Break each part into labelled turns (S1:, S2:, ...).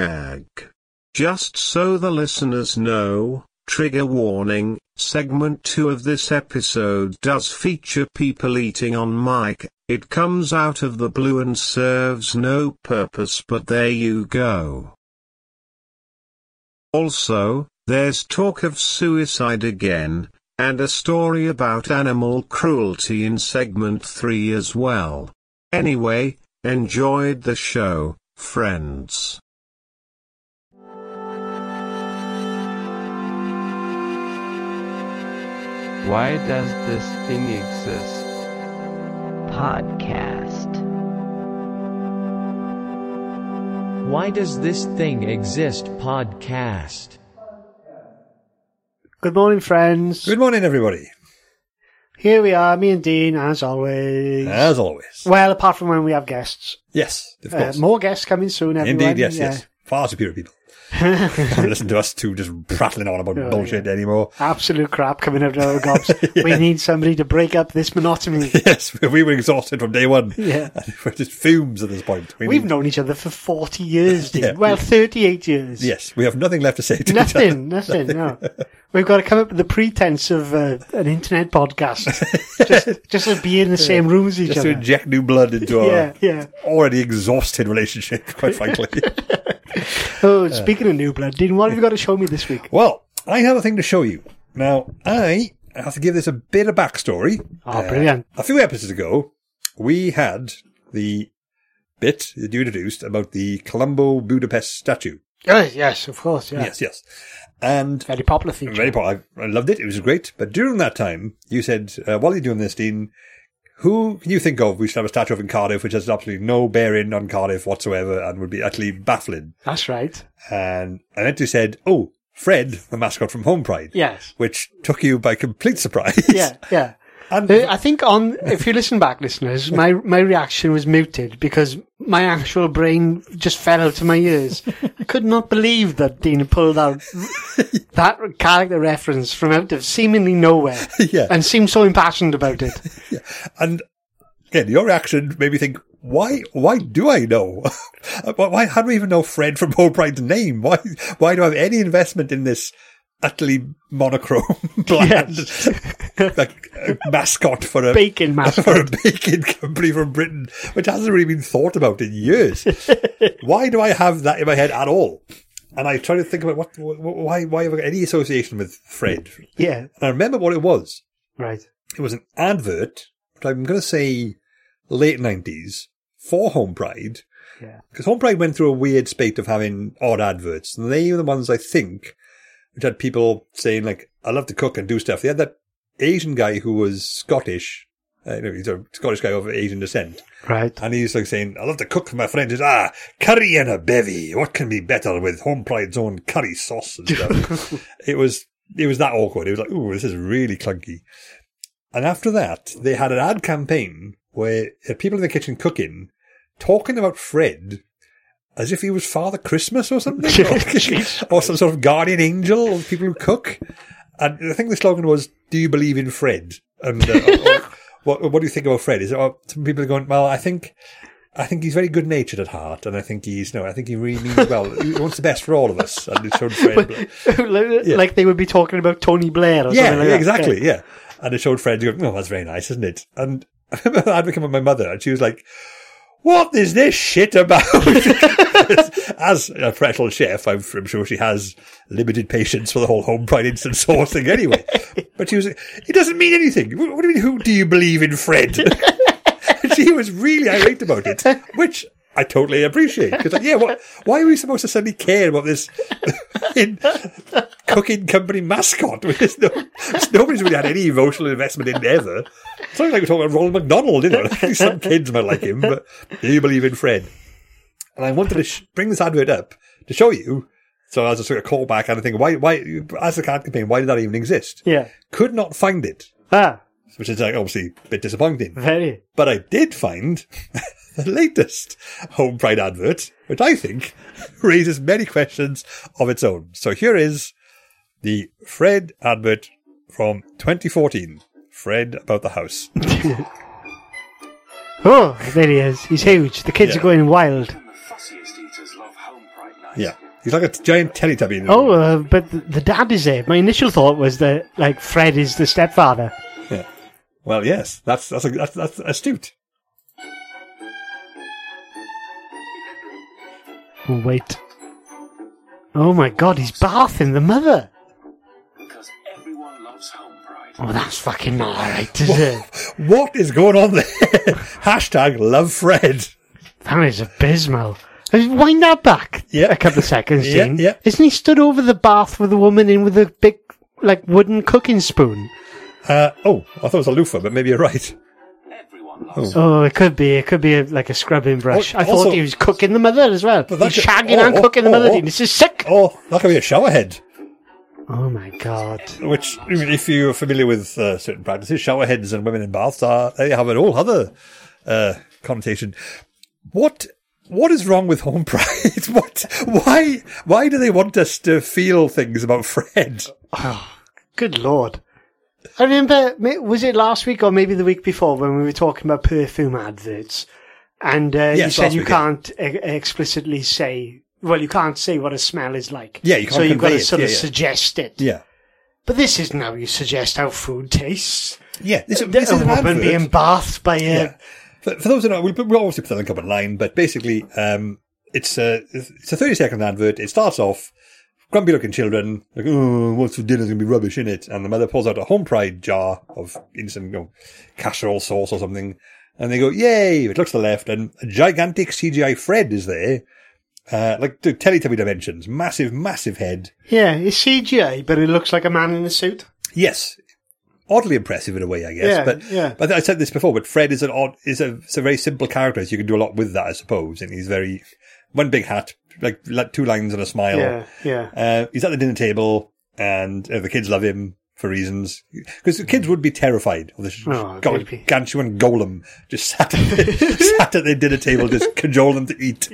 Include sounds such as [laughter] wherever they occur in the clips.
S1: Ag. Just so the listeners know, trigger warning, segment 2 of this episode does feature people eating on mic, it comes out of the blue and serves no purpose but there you go. Also, there's talk of suicide again, and a story about animal cruelty in segment 3 as well. Anyway, enjoyed the show, friends.
S2: Why does this thing exist?
S3: podcast.
S4: Why Does This Thing Exist podcast?
S5: Good morning, friends.
S6: Good morning, everybody.
S5: Here we are, me and Dean, as always.
S6: As always.
S5: well, apart from when we have guests.
S6: Yes, of
S5: Uh,
S6: course.
S5: more guests coming soon, everyone.
S6: Indeed, yes, yes. Far
S5: [laughs]
S6: superior people. Don't listen to us two just prattling on about
S5: Oh,
S6: bullshit anymore. [laughs]
S5: Absolute crap coming out of our gobs. We need somebody to break up this
S6: [laughs]
S5: monotony.
S6: Yes, we were exhausted from day one.
S5: Yeah.
S6: [laughs] We're just fumes at this point. We
S5: We've
S6: need-
S5: known each other for 40 years, Dean.
S6: Yeah.
S5: well, 38 years.
S6: [laughs] Yes, we have nothing left to say to each other.
S5: Nothing, nothing, no. We've got to come up with the pretense of uh, an internet
S6: [laughs]
S5: podcast. just, just to be in the same room as each
S6: Just to
S5: other.
S6: inject new
S5: [laughs]
S6: blood into our
S5: Yeah, yeah.
S6: already exhausted relationship,
S5: [laughs]
S6: quite frankly. uh.
S5: Oh, speaking of new blood, Dean, what have you got to show me this week?
S6: well, I have a thing to show you. Now, I have to give this a bit of backstory.
S5: Oh, brilliant.
S6: A few episodes ago, we had the bit that you introduced about the Colombo Budapest statue.
S5: Yes, yes, of course, yeah.
S6: Yes, yes. And
S5: Very popular feature.
S6: very part, I I loved it. It was great. But during that time, you said, uh, while you're doing this, Dean, who can you think of we should have a statue of in Cardiff, which has absolutely no bearing on Cardiff whatsoever and would be utterly baffling?
S5: That's right.
S6: And I meant to said, oh, Fred, the mascot from Home Pride.
S5: Yes.
S6: Which took you by complete surprise.
S5: Yeah, yeah.
S6: [laughs] And-
S5: Uh, I think on if you listen back, listeners, my my reaction was muted because my actual brain just fell out of my ears. I could not believe that Dean had pulled
S6: [laughs]
S5: out that character reference from out of seemingly nowhere,
S6: [laughs] Yeah.
S5: and seemed so impassioned about
S6: [laughs]
S5: it.
S6: And again, your reaction made me think, why? Why do I know? [laughs] why? why- How do I even know Fred from Paul Pride's name? Why? Why do I have any investment in this utterly monochrome [laughs] bland [laughs] like, uh, mascot for a [laughs]
S5: Bacon
S6: for a
S5: mascot.
S6: baking company from Britain, which hasn't really been thought about in
S5: [laughs]
S6: years? why do I have that in my head at all? And I try to think about what, wh- wh- why, why have I got any association with Fred? And
S5: yeah,
S6: I remember what it was
S5: right.
S6: it was an advert, but I'm going to say late 90s for Home Pride.
S5: Yeah.
S6: Because Home Pride went through a weird spate of having odd adverts. And they were the ones, I think, which had people saying, like, I love to cook and do stuff. They had that Asian guy who was Scottish. Uh, you know, he's a Scottish guy of Asian descent.
S5: Right. [laughs]
S6: And he's like saying, I love to cook for my friends. It's, ah, curry and a bevy. What can be better with Home Pride's own curry sauce and stuff? it was, it was that awkward. It was like, ooh, this is really clunky. And after that, they had an ad campaign where uh, people in the kitchen cooking, talking about Fred as if he was Father Christmas or something,
S5: Jesus.
S6: or, or some sort of guardian angel of people who cook. And I think the slogan was, "Do you believe in Fred?" And uh, or- or, what, what do you think about Fred? Is it, well, some people are going, "Well, I think." I think he's very good-natured at heart, and I think he's no. I think he really means well. He wants the best for all of us, and it showed Fred.
S5: like like they would be talking about Tony Blair or
S6: Yeah,
S5: something like that.
S6: exactly. Yeah. And it showed Fred, you go, oh, that's very nice, isn't it? And [laughs] I remember I had become with my mother, and she was like, what is this shit about? [laughs] As a professional chef, I'm, I'm sure she has limited patience for the whole home pride instant sauce thing anyway. But she was like, it doesn't mean anything. What what do you mean, who do you believe in, Fred? [laughs] And she was really irate about it, which I totally appreciate. Because, like, yeah, what, why are we supposed to suddenly care about this [laughs] in cooking company mascot? [laughs] There's no, nobody's really had any emotional investment in ever. It's not like we're talking about Ronald McDonald, you know. [laughs] Some kids might like him, but do you believe in Fred? And I wanted to sh- bring this advert up to show you. So I was just sort of call back and I think, why, why, as a cat campaign, why did that even exist?
S5: Yeah.
S6: Could not find it,
S5: Ah,
S6: which is like, obviously a bit disappointing.
S5: very.
S6: But I did find [laughs] the latest Home Pride advert, which I think [laughs] raises many questions of its own. So here is the Fred advert from 2014. Fred about the house.
S5: Oh, there he is. He's huge. The kids
S6: Yeah.
S5: are going wild.
S7: And the fussiest eaters love home pride now.
S6: Yeah. He's like a t- giant Teletubby. in the
S5: Oh,
S6: room.
S5: uh, but th- the dad is there. My initial thought was that like Fred is the stepfather.
S6: Yeah. Well, yes. That's that's a, that's, that's astute.
S5: Oh, wait. Oh my God, he's bathing the mother.
S3: Because everyone loves home pride.
S5: Oh, that's fucking not alright, is
S6: [laughs]
S5: it?
S6: What is going on there? [laughs] Hashtag love Fred.
S5: That is abysmal. Uh, Wind that back
S6: Yeah.
S5: a couple of seconds,
S6: [laughs] Yeah,
S5: Dean.
S6: yeah.
S5: Isn't he stood over the bath with a woman in with a big, like, wooden cooking spoon?
S6: Uh, oh, I thought it was a loofah, but maybe you're right.
S3: Everyone loves
S5: Oh, it could be. It could be a, like a scrubbing brush.
S6: Hmm. Oh,
S5: I
S6: also-
S5: thought he was cooking the mother as well. He's
S6: But that could-
S5: shagging
S6: oh,
S5: and
S6: oh,
S5: cooking
S6: oh,
S5: the mother.
S6: oh.
S5: Dean. This is sick.
S6: Oh, that could be a showerhead.
S5: Oh my God.
S6: Which, if you're familiar with uh, certain practices, showerheads and women in baths are they have an all other uh, connotation. What what is wrong with home [laughs] pride? what why why do they want us to feel things about Fred?
S5: Good lord. I remember, ma- was it last week or maybe the week before when we were talking about perfume adverts? And uh, you
S6: Yes,
S5: said
S6: last
S5: you
S6: week, yeah.
S5: can't e- explicitly say, well, you can't say what a smell is like.
S6: Yeah, you can't
S5: So you've got to
S6: convey it.
S5: sort of
S6: Yeah, yeah.
S5: suggest it.
S6: Yeah,
S5: But this isn't how you suggest how food tastes.
S6: yeah. This,
S5: This
S6: this
S5: a
S6: is an
S5: woman
S6: advert.
S5: being bathed by a.
S6: Yeah. For, for those who know, we'll, put- we'll obviously put the link up online, but basically, um, it's a it's a thirty second advert. It starts off grumpy looking children like, oh, what's for dinner's gonna be rubbish in it, and the mother pulls out a home pride jar of instant you know, casserole sauce or something, and they go, yay! It looks to the left, and a gigantic CGI Fred is there. Uh, like to Teletubby dimensions, massive, massive head.
S5: Yeah, it's CGI, but it looks like a man in a suit.
S6: Yes, oddly impressive in a way, I guess.
S5: Yeah,
S6: but
S5: yeah.
S6: but I said this before. But Fred is an odd, is a, it's a very simple character. So you can do a lot with that, I suppose. And he's very one big hat, like li- two lines and a smile.
S5: Yeah, yeah.
S6: Uh, he's at the dinner table, and uh, the kids love him for reasons because the kids would be terrified of this
S5: Oh, they'd be-
S6: gargantuan golem just sat at, their, [laughs] sat at their dinner table, just [laughs] cajole them to eat.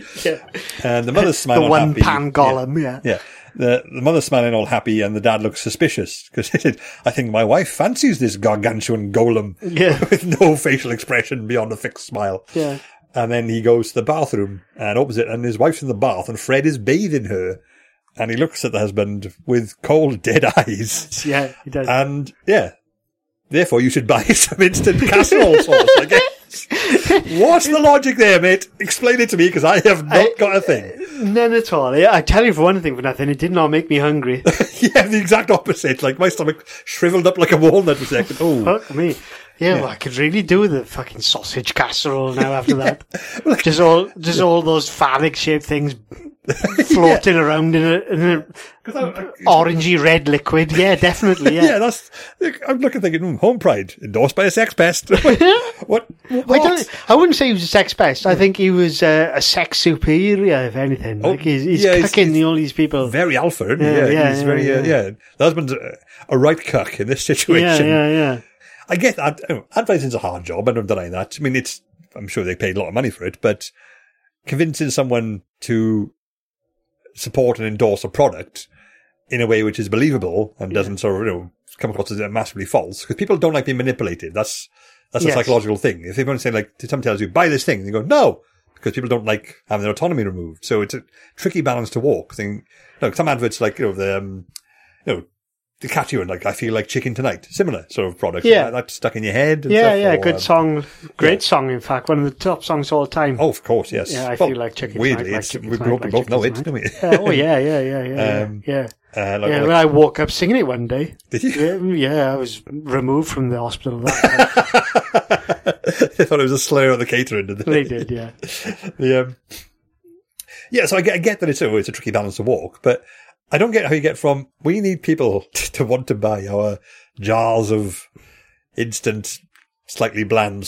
S6: And [laughs] the
S5: [laughs]
S6: mother's
S5: The
S6: smiling. all
S5: one
S6: happy.
S5: pan
S6: Yeah.
S5: golem, yeah.
S6: Yeah. The, the mother's smiling all happy and the dad looks suspicious because he said, I think my wife fancies this gargantuan golem
S5: Yeah.
S6: [laughs] with no facial expression beyond a fixed smile.
S5: Yeah.
S6: And then he goes to the bathroom and opens it and his wife's in the bath and Fred is bathing her and he looks at the husband with cold, dead [laughs] eyes.
S5: Yeah, he does.
S6: And yeah, therefore you should buy [laughs] some instant
S5: [laughs]
S6: casserole sauce, I guess. What's the logic there, mate? Explain it to me because I have not
S5: I-
S6: got a thing.
S5: None at all. I I tell you for one thing, for nothing, it did not make me
S6: [laughs]
S5: hungry.
S6: Yeah, the exact opposite. Like my stomach shriveled up like a walnut for a second. Oh,
S5: Fuck me. Yeah, Well, I could really do with a fucking sausage casserole now after
S6: [laughs]
S5: that. Just all, just all those phallic shaped
S6: [laughs]
S5: things floating around in a, in a orangey red liquid.
S6: [laughs]
S5: Yeah, definitely. Yeah.
S6: yeah, that's. I'm looking thinking, hmm, home pride endorsed by a sex pest. [laughs]
S5: [laughs]
S6: what? what?
S5: I, don't, I wouldn't say he was a sex pest. I think he was uh, a sex superior, if anything. like he's, he's
S6: Oh, yeah, he's-
S5: cucking
S6: he's
S5: all these people.
S6: Very alpha. isn't he?
S5: Yeah,
S6: Yeah,
S5: yeah,
S6: he's
S5: yeah,
S6: very. Uh,
S5: yeah.
S6: yeah, the husband's a, a right cuck in this
S5: yeah,
S6: situation.
S5: yeah, yeah.
S6: I get ad- you know, advertising's a hard job, and I'm denying that. I mean, it's. I'm sure they paid a lot of money for it, but convincing someone to support and endorse a product in a way which is believable and doesn't sort of you know come across as massively false because people don't like being manipulated. That's that's
S5: Yes.
S6: a psychological thing. If everyone saying like someone tells you buy this thing, they go no because people don't like having their autonomy removed. So it's a tricky balance to walk. Thing, no, some adverts like you know the um, you know. The catch you and like I feel like chicken tonight, similar sort of product.
S5: Yeah.
S6: that, that's stuck in your head. and
S5: Yeah,
S6: stuff,
S5: yeah,
S6: or,
S5: good
S6: um,
S5: song. Great song, in fact. One of the top songs of all time.
S6: Oh, of course, yes.
S5: Yeah, I feel like chicken
S6: Weirdly,
S5: tonight, like
S6: it's,
S5: chicken
S6: we,
S5: tonight,
S6: both, we
S5: like
S6: both know it,
S5: chicken
S6: don't we?
S5: Yeah, oh yeah, yeah, yeah, yeah,
S6: Um,
S5: yeah.
S6: [laughs] uh, like,
S5: Yeah,
S6: like-
S5: when I woke up singing it one [laughs] day.
S6: Did you?
S5: Yeah, yeah, I was removed from the hospital. [laughs] That time.
S6: [laughs] I thought it was a slur on the catering. didn't
S5: they
S6: they?
S5: did, yeah.
S6: The, um, yeah, so I get, I get that it's a, it's a tricky balance to walk, but I don't get how you get from we need people [laughs] to want to buy our jars of instant, slightly bland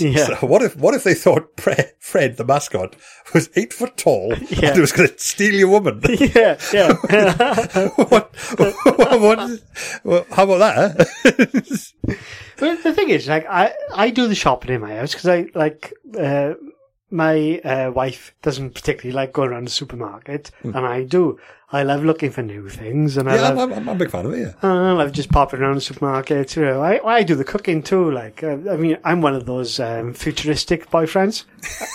S5: [laughs] Yeah.
S6: So what if what if they thought Pre- Fred, the mascot, was eight
S5: [laughs]
S6: foot tall
S5: Yeah.
S6: and was going to steal your woman?
S5: [laughs]
S6: [laughs]
S5: Yeah, yeah.
S6: what, what, what- well, how about that? [laughs] huh?
S5: [laughs] but the thing is, like, I, I do the shopping in my house because I, like, uh, my uh, wife doesn't particularly like going around the supermarket, and I do. I love looking for new things, and I
S6: yeah,
S5: love
S6: I'm, I'm, I'm a big fan of it. Yeah.
S5: I don't know, "Oh, I've just popping around the supermarket. You know, I, I do the cooking too. Like, uh, I mean, I'm one of those um, [laughs] futuristic boyfriends,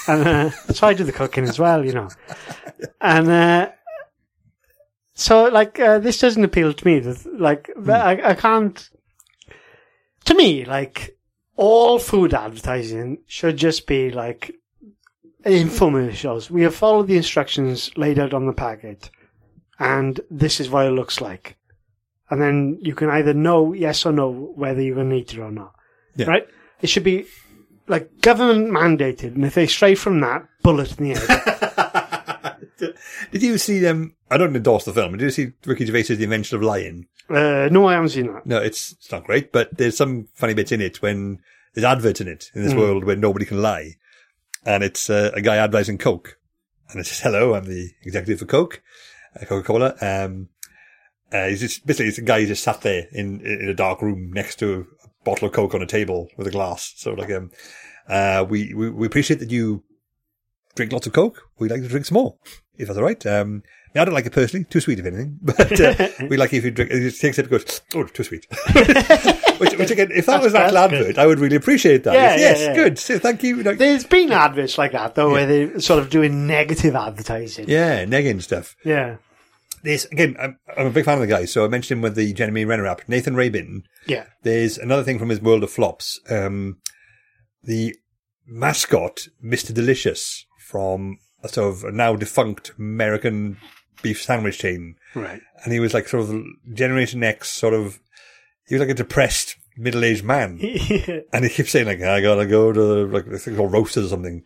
S5: and uh, so I do the cooking as well. You know, and uh, So, like, uh, this doesn't appeal to me. This- Like, I, I can't. To me, like, all food advertising should just be like infomercials. We have followed the instructions laid out on the packet, and this is what it looks like. And then you can either know yes or no whether you're going to eat it or not.
S6: Yeah.
S5: Right? It should be like government mandated, and if they stray from that, bullet in the
S6: [laughs]
S5: head.
S6: Did you see Um, I don't endorse the film. Did you see Ricky Gervais's The Invention of Lying?
S5: Uh, no, I haven't seen that.
S6: No, it's it's not great, but there's some funny bits in it when there's adverts in it in this world where nobody can lie, and it's uh, a guy advertising Coke, and it says, "Hello, I'm the executive for Coke, uh, Coca-Cola." Um, uh, he's just basically it's a guy who just sat there in in a dark room next to a bottle of Coke on a table with a glass. So like, um, uh, we, we we appreciate that you drink lots of Coke. We'd like you to drink some more, if that's all right. Um, now, I don't like it personally, too sweet if anything, [laughs]
S5: [laughs]
S6: but uh, we like if you drink, he takes it and goes, oh, too sweet. [laughs] which, which again, if that was an actual advert, I would really appreciate that.
S5: Yeah,
S6: yes,
S5: yeah,
S6: yes,
S5: yeah.
S6: good. So thank you. Like,
S5: There's been adverts like that though, where they're sort of doing negative advertising.
S6: yeah, negging stuff.
S5: yeah,
S6: This, again, I'm, I'm a big fan of the guy, so I mentioned him with the Jeremy Renner app. Nathan Rabin,
S5: yeah.
S6: there's another thing from his world of flops. Um, the mascot, Mr. Delicious, from a sort of now defunct American beef sandwich chain.
S5: Right.
S6: and he was like sort of Generation X, sort of. He was like a depressed middle-aged man, and he keeps saying like, "I gotta go to the, like I think called roasters or something."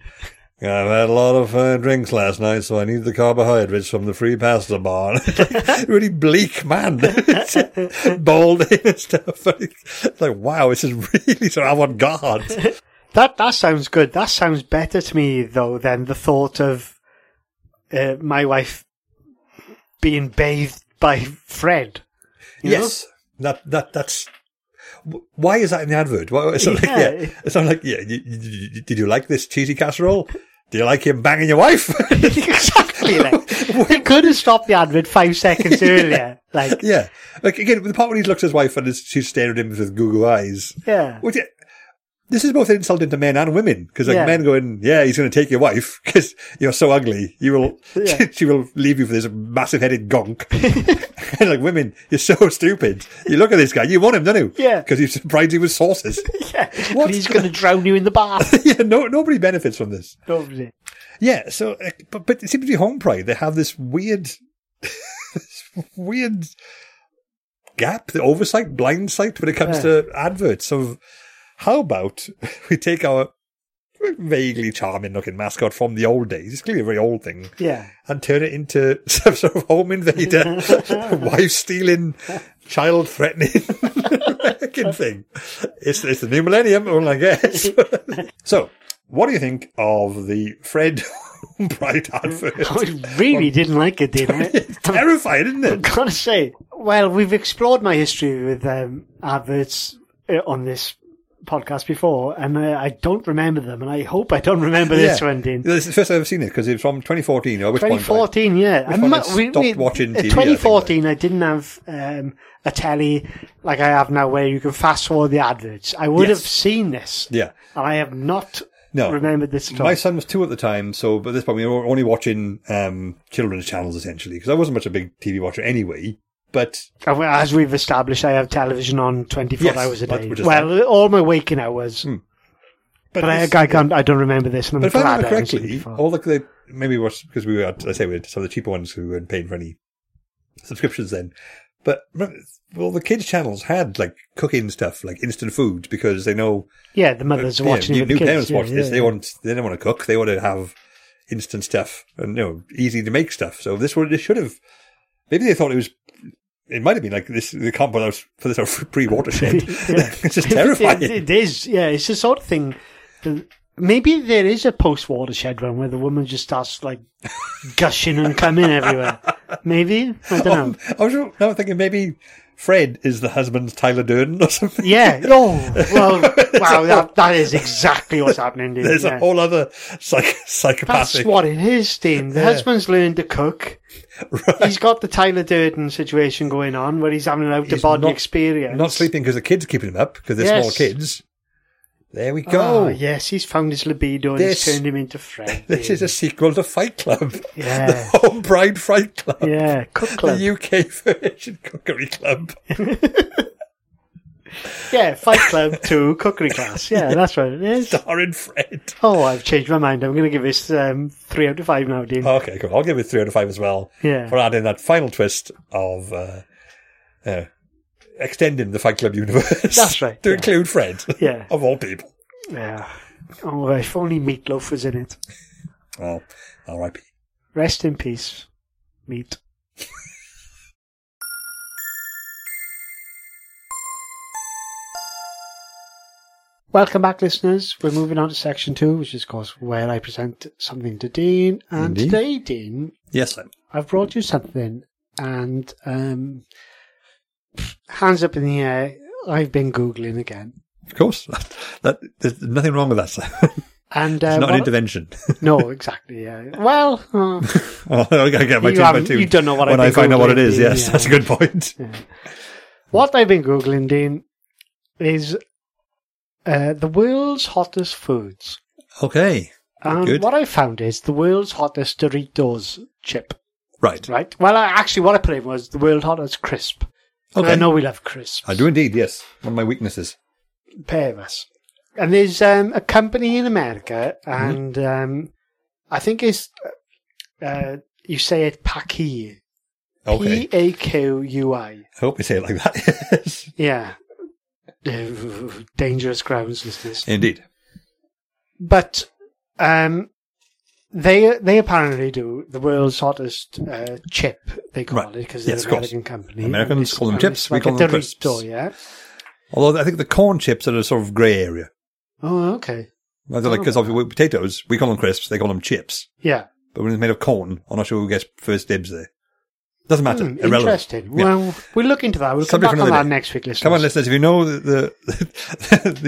S6: I've had a lot of uh, drinks last night, so I need the carbohydrates from the free pasta bar. [laughs] really bleak man, [laughs] bald [laughs] and stuff. It's like, wow, this is really sort of avant-garde.
S5: That that sounds good. That sounds better to me though than the thought of uh, my wife being bathed by Fred. you know?
S6: Yes, that that that's. Why is that in the advert? Why, it's not
S5: Yeah.
S6: like, yeah, it's not like, yeah. You, you- you- did you like this cheesy casserole? Do you like him banging your wife? [laughs]
S5: exactly. Like, they could have stopped the advert five seconds earlier. Like,
S6: yeah, like again, the part when he looks at his wife and is- she's staring at him with goo goo eyes.
S5: yeah,
S6: Which, this is both insulting to men and women because like
S5: Yeah.
S6: men going, yeah, he's going to take your wife [laughs] because you're so ugly. You will,
S5: Yeah.
S6: [laughs] she will leave you for this massive
S5: [laughs]
S6: headed gonk. and like women, you're so [laughs] stupid. You look at this guy, you want him, don't you?
S5: Yeah.
S6: because you surprised you with sauces.
S5: [laughs] yeah.
S6: What?
S5: But he's going to drown you in the bath.
S6: [laughs] yeah, no, nobody benefits from this.
S5: Lovely.
S6: Yeah, so uh, but but it seems to be home pride. They have this weird, [laughs] this weird gap, the oversight, blind sight when it comes to adverts. Of how about [laughs] we take our vaguely charming looking mascot from the old days? It's clearly a very old thing [laughs]
S5: Yeah.
S6: and turn it into [laughs] some sort of
S5: [laughs]
S6: home invader, wife stealing, child threatening [laughs] fucking thing. It's, it's the new millennium, all I guess. [laughs] so, what do you think of the Fred [laughs]
S5: [laughs]
S6: Bright advert?
S5: I really didn't like it, did I?
S6: Terrifying, isn't it?
S5: gotta say, well, we've explored my history with um, adverts uh, on this podcast before, and uh, I don't remember them, and I hope I don't remember this
S6: Yeah.
S5: one, Dean.
S6: This is the first time I've seen it because it's from 2014. Or which Point,
S5: 2014, yeah. I
S6: one
S5: mu-
S6: I stopped watching
S5: uh,
S6: TV, I think,
S5: 2014, I, didn't have um, a telly like I have now, where you can fast forward the adverts. I would
S6: Yes.
S5: have seen this,
S6: yeah.
S5: and I have not
S6: No.
S5: remembered this at all.
S6: My son was two at the time, so but at this point we were only watching um, children's channels essentially because I wasn't much a big TV watcher anyway. But
S5: And well, As we've established, I have television on 24
S6: Yes,
S5: hours a
S6: but
S5: day.
S6: which is
S5: Well, all my waking hours.
S6: Mm. but,
S5: But I,
S6: this-
S5: I can't. I don't remember this, and I'm
S6: But if I
S5: glad
S6: remember
S5: haven't seen it
S6: correctly,
S5: before.
S6: all the, the maybe it was because we were, at- I say, we had some of the cheaper ones who weren't paying for any subscriptions then. But remember, all the kids' channels had like cooking stuff, like instant foods, because they know
S5: yeah, the mothers are
S6: yeah,
S5: watching
S6: new,
S5: it. with
S6: new
S5: kids.
S6: parents
S5: yeah,
S6: watch this.
S5: yeah,
S6: They
S5: yeah.
S6: want, they don't want to cook. They want to have instant stuff and you know easy to make stuff. So this one, they should have. Maybe they thought it was. It might have been like this. They can't put out for this [laughs] out
S5: [laughs]
S6: pre watershed. [laughs] it's just terrifying.
S5: It, it is. [laughs] Yeah, it's the sort of thing. that- Maybe there is a post watershed one where the woman just starts like gushing and coming everywhere. Maybe I don't know.
S6: I was now I'm thinking maybe Fred is the husband's Tyler Durden or something. [laughs]
S5: Yeah. Oh well. Wow. That, that is exactly what's happening. Dude.
S6: There's
S5: yeah.
S6: a whole other psych-
S5: That's
S6: psychopathic.
S5: what it is, Dean. The
S6: Yeah.
S5: husband's learned to cook. He's got the Tyler Durden situation going on where he's having an out of
S6: He's
S5: body
S6: not-
S5: experience.
S6: Not sleeping because the kids are keeping him up because they're small
S5: Yes.
S6: kids. There we go.
S5: Oh, yes, he's found his libido and
S6: This-
S5: he's turned him into Fred.
S6: [laughs] This is a sequel to Fight Club.
S5: Yeah.
S6: [laughs] the Home Bride Fight Club. [laughs]
S5: yeah, cook club.
S6: The UK [laughs] version Cookery Club.
S5: [laughs] yeah, Fight Club to Cookery Class. Yeah, that's what it is.
S6: Starring Fred.
S5: Oh, I've changed my mind. I'm going to give this um, three out of five now, Dean.
S6: Okay, cool. I'll give it three out of five as well
S5: yeah,
S6: for adding that final twist of uh, uh, extending the Fight Club universe.
S5: That's right,
S6: [laughs] to
S5: yeah.
S6: include Fred,
S5: Yeah.
S6: [laughs] of all people.
S5: yeah. Oh, if only Meatloaf was in it.
S6: Well, R.I.P.
S5: Rest in peace, meat. Welcome back, listeners. We're moving on to section two, which is, of course, where I present something to Dean. And
S6: Indeed.
S5: today, Dean,
S6: Yes, then.
S5: I've brought you something, and um, hands up in the air. I've been googling again,
S6: Of course. [laughs] That, that, there's nothing wrong with that. sir. [laughs]
S5: and uh,
S6: it's not
S5: what-
S6: an intervention. [laughs]
S5: no, exactly. Yeah. Well, uh,
S6: oh, I gotta get my
S5: You
S6: two by
S5: haven't-
S6: two.
S5: you don't know what I
S6: When I
S5: think
S6: find out what it
S5: Googling
S6: is,
S5: did, [laughs]
S6: yes,
S5: yeah.
S6: that's a good point.
S5: What I've been googling, Dean, is uh, the world's hottest foods.
S6: Okay.
S5: And
S6: Oh, Good.
S5: what I found is the world's hottest Doritos chip.
S6: Right.
S5: Right. Well, I, actually, what I put in was the world's hottest crisp. And
S6: Okay.
S5: I know we love crisps.
S6: I do indeed, yes. One of my weaknesses.
S5: Pair of us. And there's um, a company in America,
S6: Mm-hmm.
S5: and um, I think it's uh, you say it Paqui.
S6: Okay.
S5: P A Q U I.
S6: I hope we say it like that. [laughs] yes.
S5: Yeah. [laughs] Dangerous grounds, listeners.
S6: Indeed.
S5: but um, they they apparently do the world's hottest uh, chip. They call
S6: Right.
S5: it because they're
S6: Yes,
S5: an
S6: of course.
S5: American company.
S6: Americans
S5: And it's-
S6: call them
S5: and
S6: chips,
S5: it's
S6: we
S5: like
S6: call
S5: a
S6: them
S5: Dorito,
S6: crisps.
S5: Yeah.
S6: Although I think the corn chips are a sort of grey area.
S5: Oh, okay.
S6: Because
S5: Oh.
S6: like, 'cause obviously with potatoes, we call them crisps, they call them chips.
S5: Yeah.
S6: But when it's made of corn, I'm not sure who gets first dibs there. Doesn't matter.
S5: Hmm,
S6: Irrelevant.
S5: interesting.
S6: Yeah.
S5: Well, we'll look into that. We'll
S6: Subject for
S5: come back on
S6: another
S5: that
S6: day.
S5: next week, listeners.
S6: Come on, listeners, if you know the the, [laughs]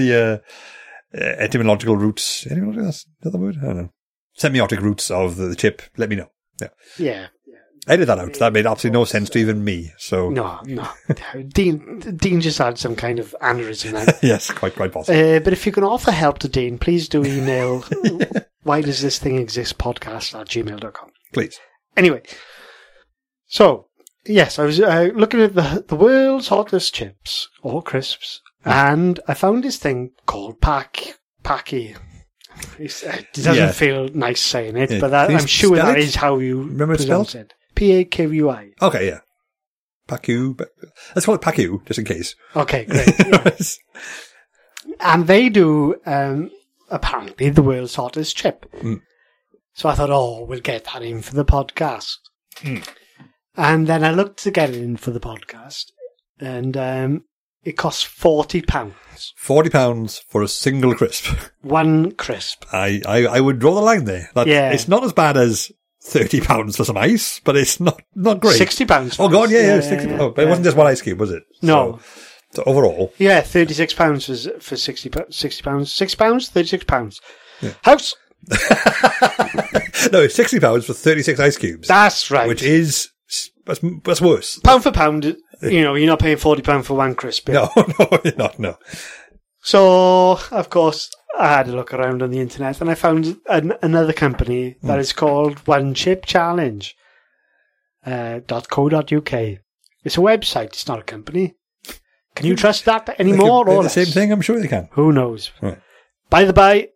S6: the uh, uh, etymological roots, etymological, that's another word? I don't know. Semiotic roots of the chip, let me know. Yeah.
S5: Yeah.
S6: Edit that out. That made absolutely no sense to even me. So,
S5: No, no. [laughs] Dean, Dean just had some kind of aneurysm.
S6: [laughs]
S5: Then.
S6: [laughs] yes, quite, quite possible.
S5: Uh, but if you can offer help to Dean, please do
S6: [laughs]
S5: email why does this thing exist podcast at gmail.com.
S6: Please.
S5: Anyway, so yes, I was uh, looking at the the world's hottest chips or crisps, and I found this thing called pack packy. It's, uh, it doesn't
S6: Yeah.
S5: feel nice saying it,
S6: Yeah.
S5: but that,
S6: Please
S5: I'm sure
S6: spell
S5: that
S6: it.
S5: is how you
S6: Remember it's
S5: pronounce it. P a k u i.
S6: Okay, yeah. Pacu. but- Let's call it Pacu, just in case.
S5: Okay, great. and they do um, apparently the world's hottest chip.
S6: Hmm.
S5: So I thought, oh, we'll get that in for the podcast.
S6: Hmm.
S5: And then I looked to get it in for the podcast, and um, it costs forty pounds
S6: [laughs] Forty pounds for a single crisp.
S5: one crisp.
S6: I, I, I would draw the line there. That,
S5: Yeah.
S6: it's not as bad as thirty pounds for some ice, but it's not not great.
S5: Sixty pounds.
S6: Oh god, yeah, yeah, sixty.
S5: yeah,
S6: oh, but it wasn't just one ice cube, was it?
S5: No.
S6: So, so overall, [laughs]
S5: Yeah, thirty-six pounds was for sixty pounds. Sixty pounds. Six pounds. Thirty-six pounds. House.
S6: no, it's sixty pounds for thirty-six ice cubes,
S5: That's right.
S6: which is that's, that's worse. [laughs]
S5: pound for pound. You know, you're not paying forty pound for one crisp. yeah.
S6: No, [laughs] no, you're not. No,
S5: So, of course, I had a look around on the internet and I found an, another company
S6: Hmm.
S5: that is called One Chip Challenge. Uh, .co.uk. It's a website, it's not a company. Can you trust that
S6: Hmm. They could
S5: anymore
S6: do
S5: or
S6: the same
S5: less?
S6: thing. Hmm. I'm sure they can.
S5: Who knows?
S6: Right.
S5: By the by,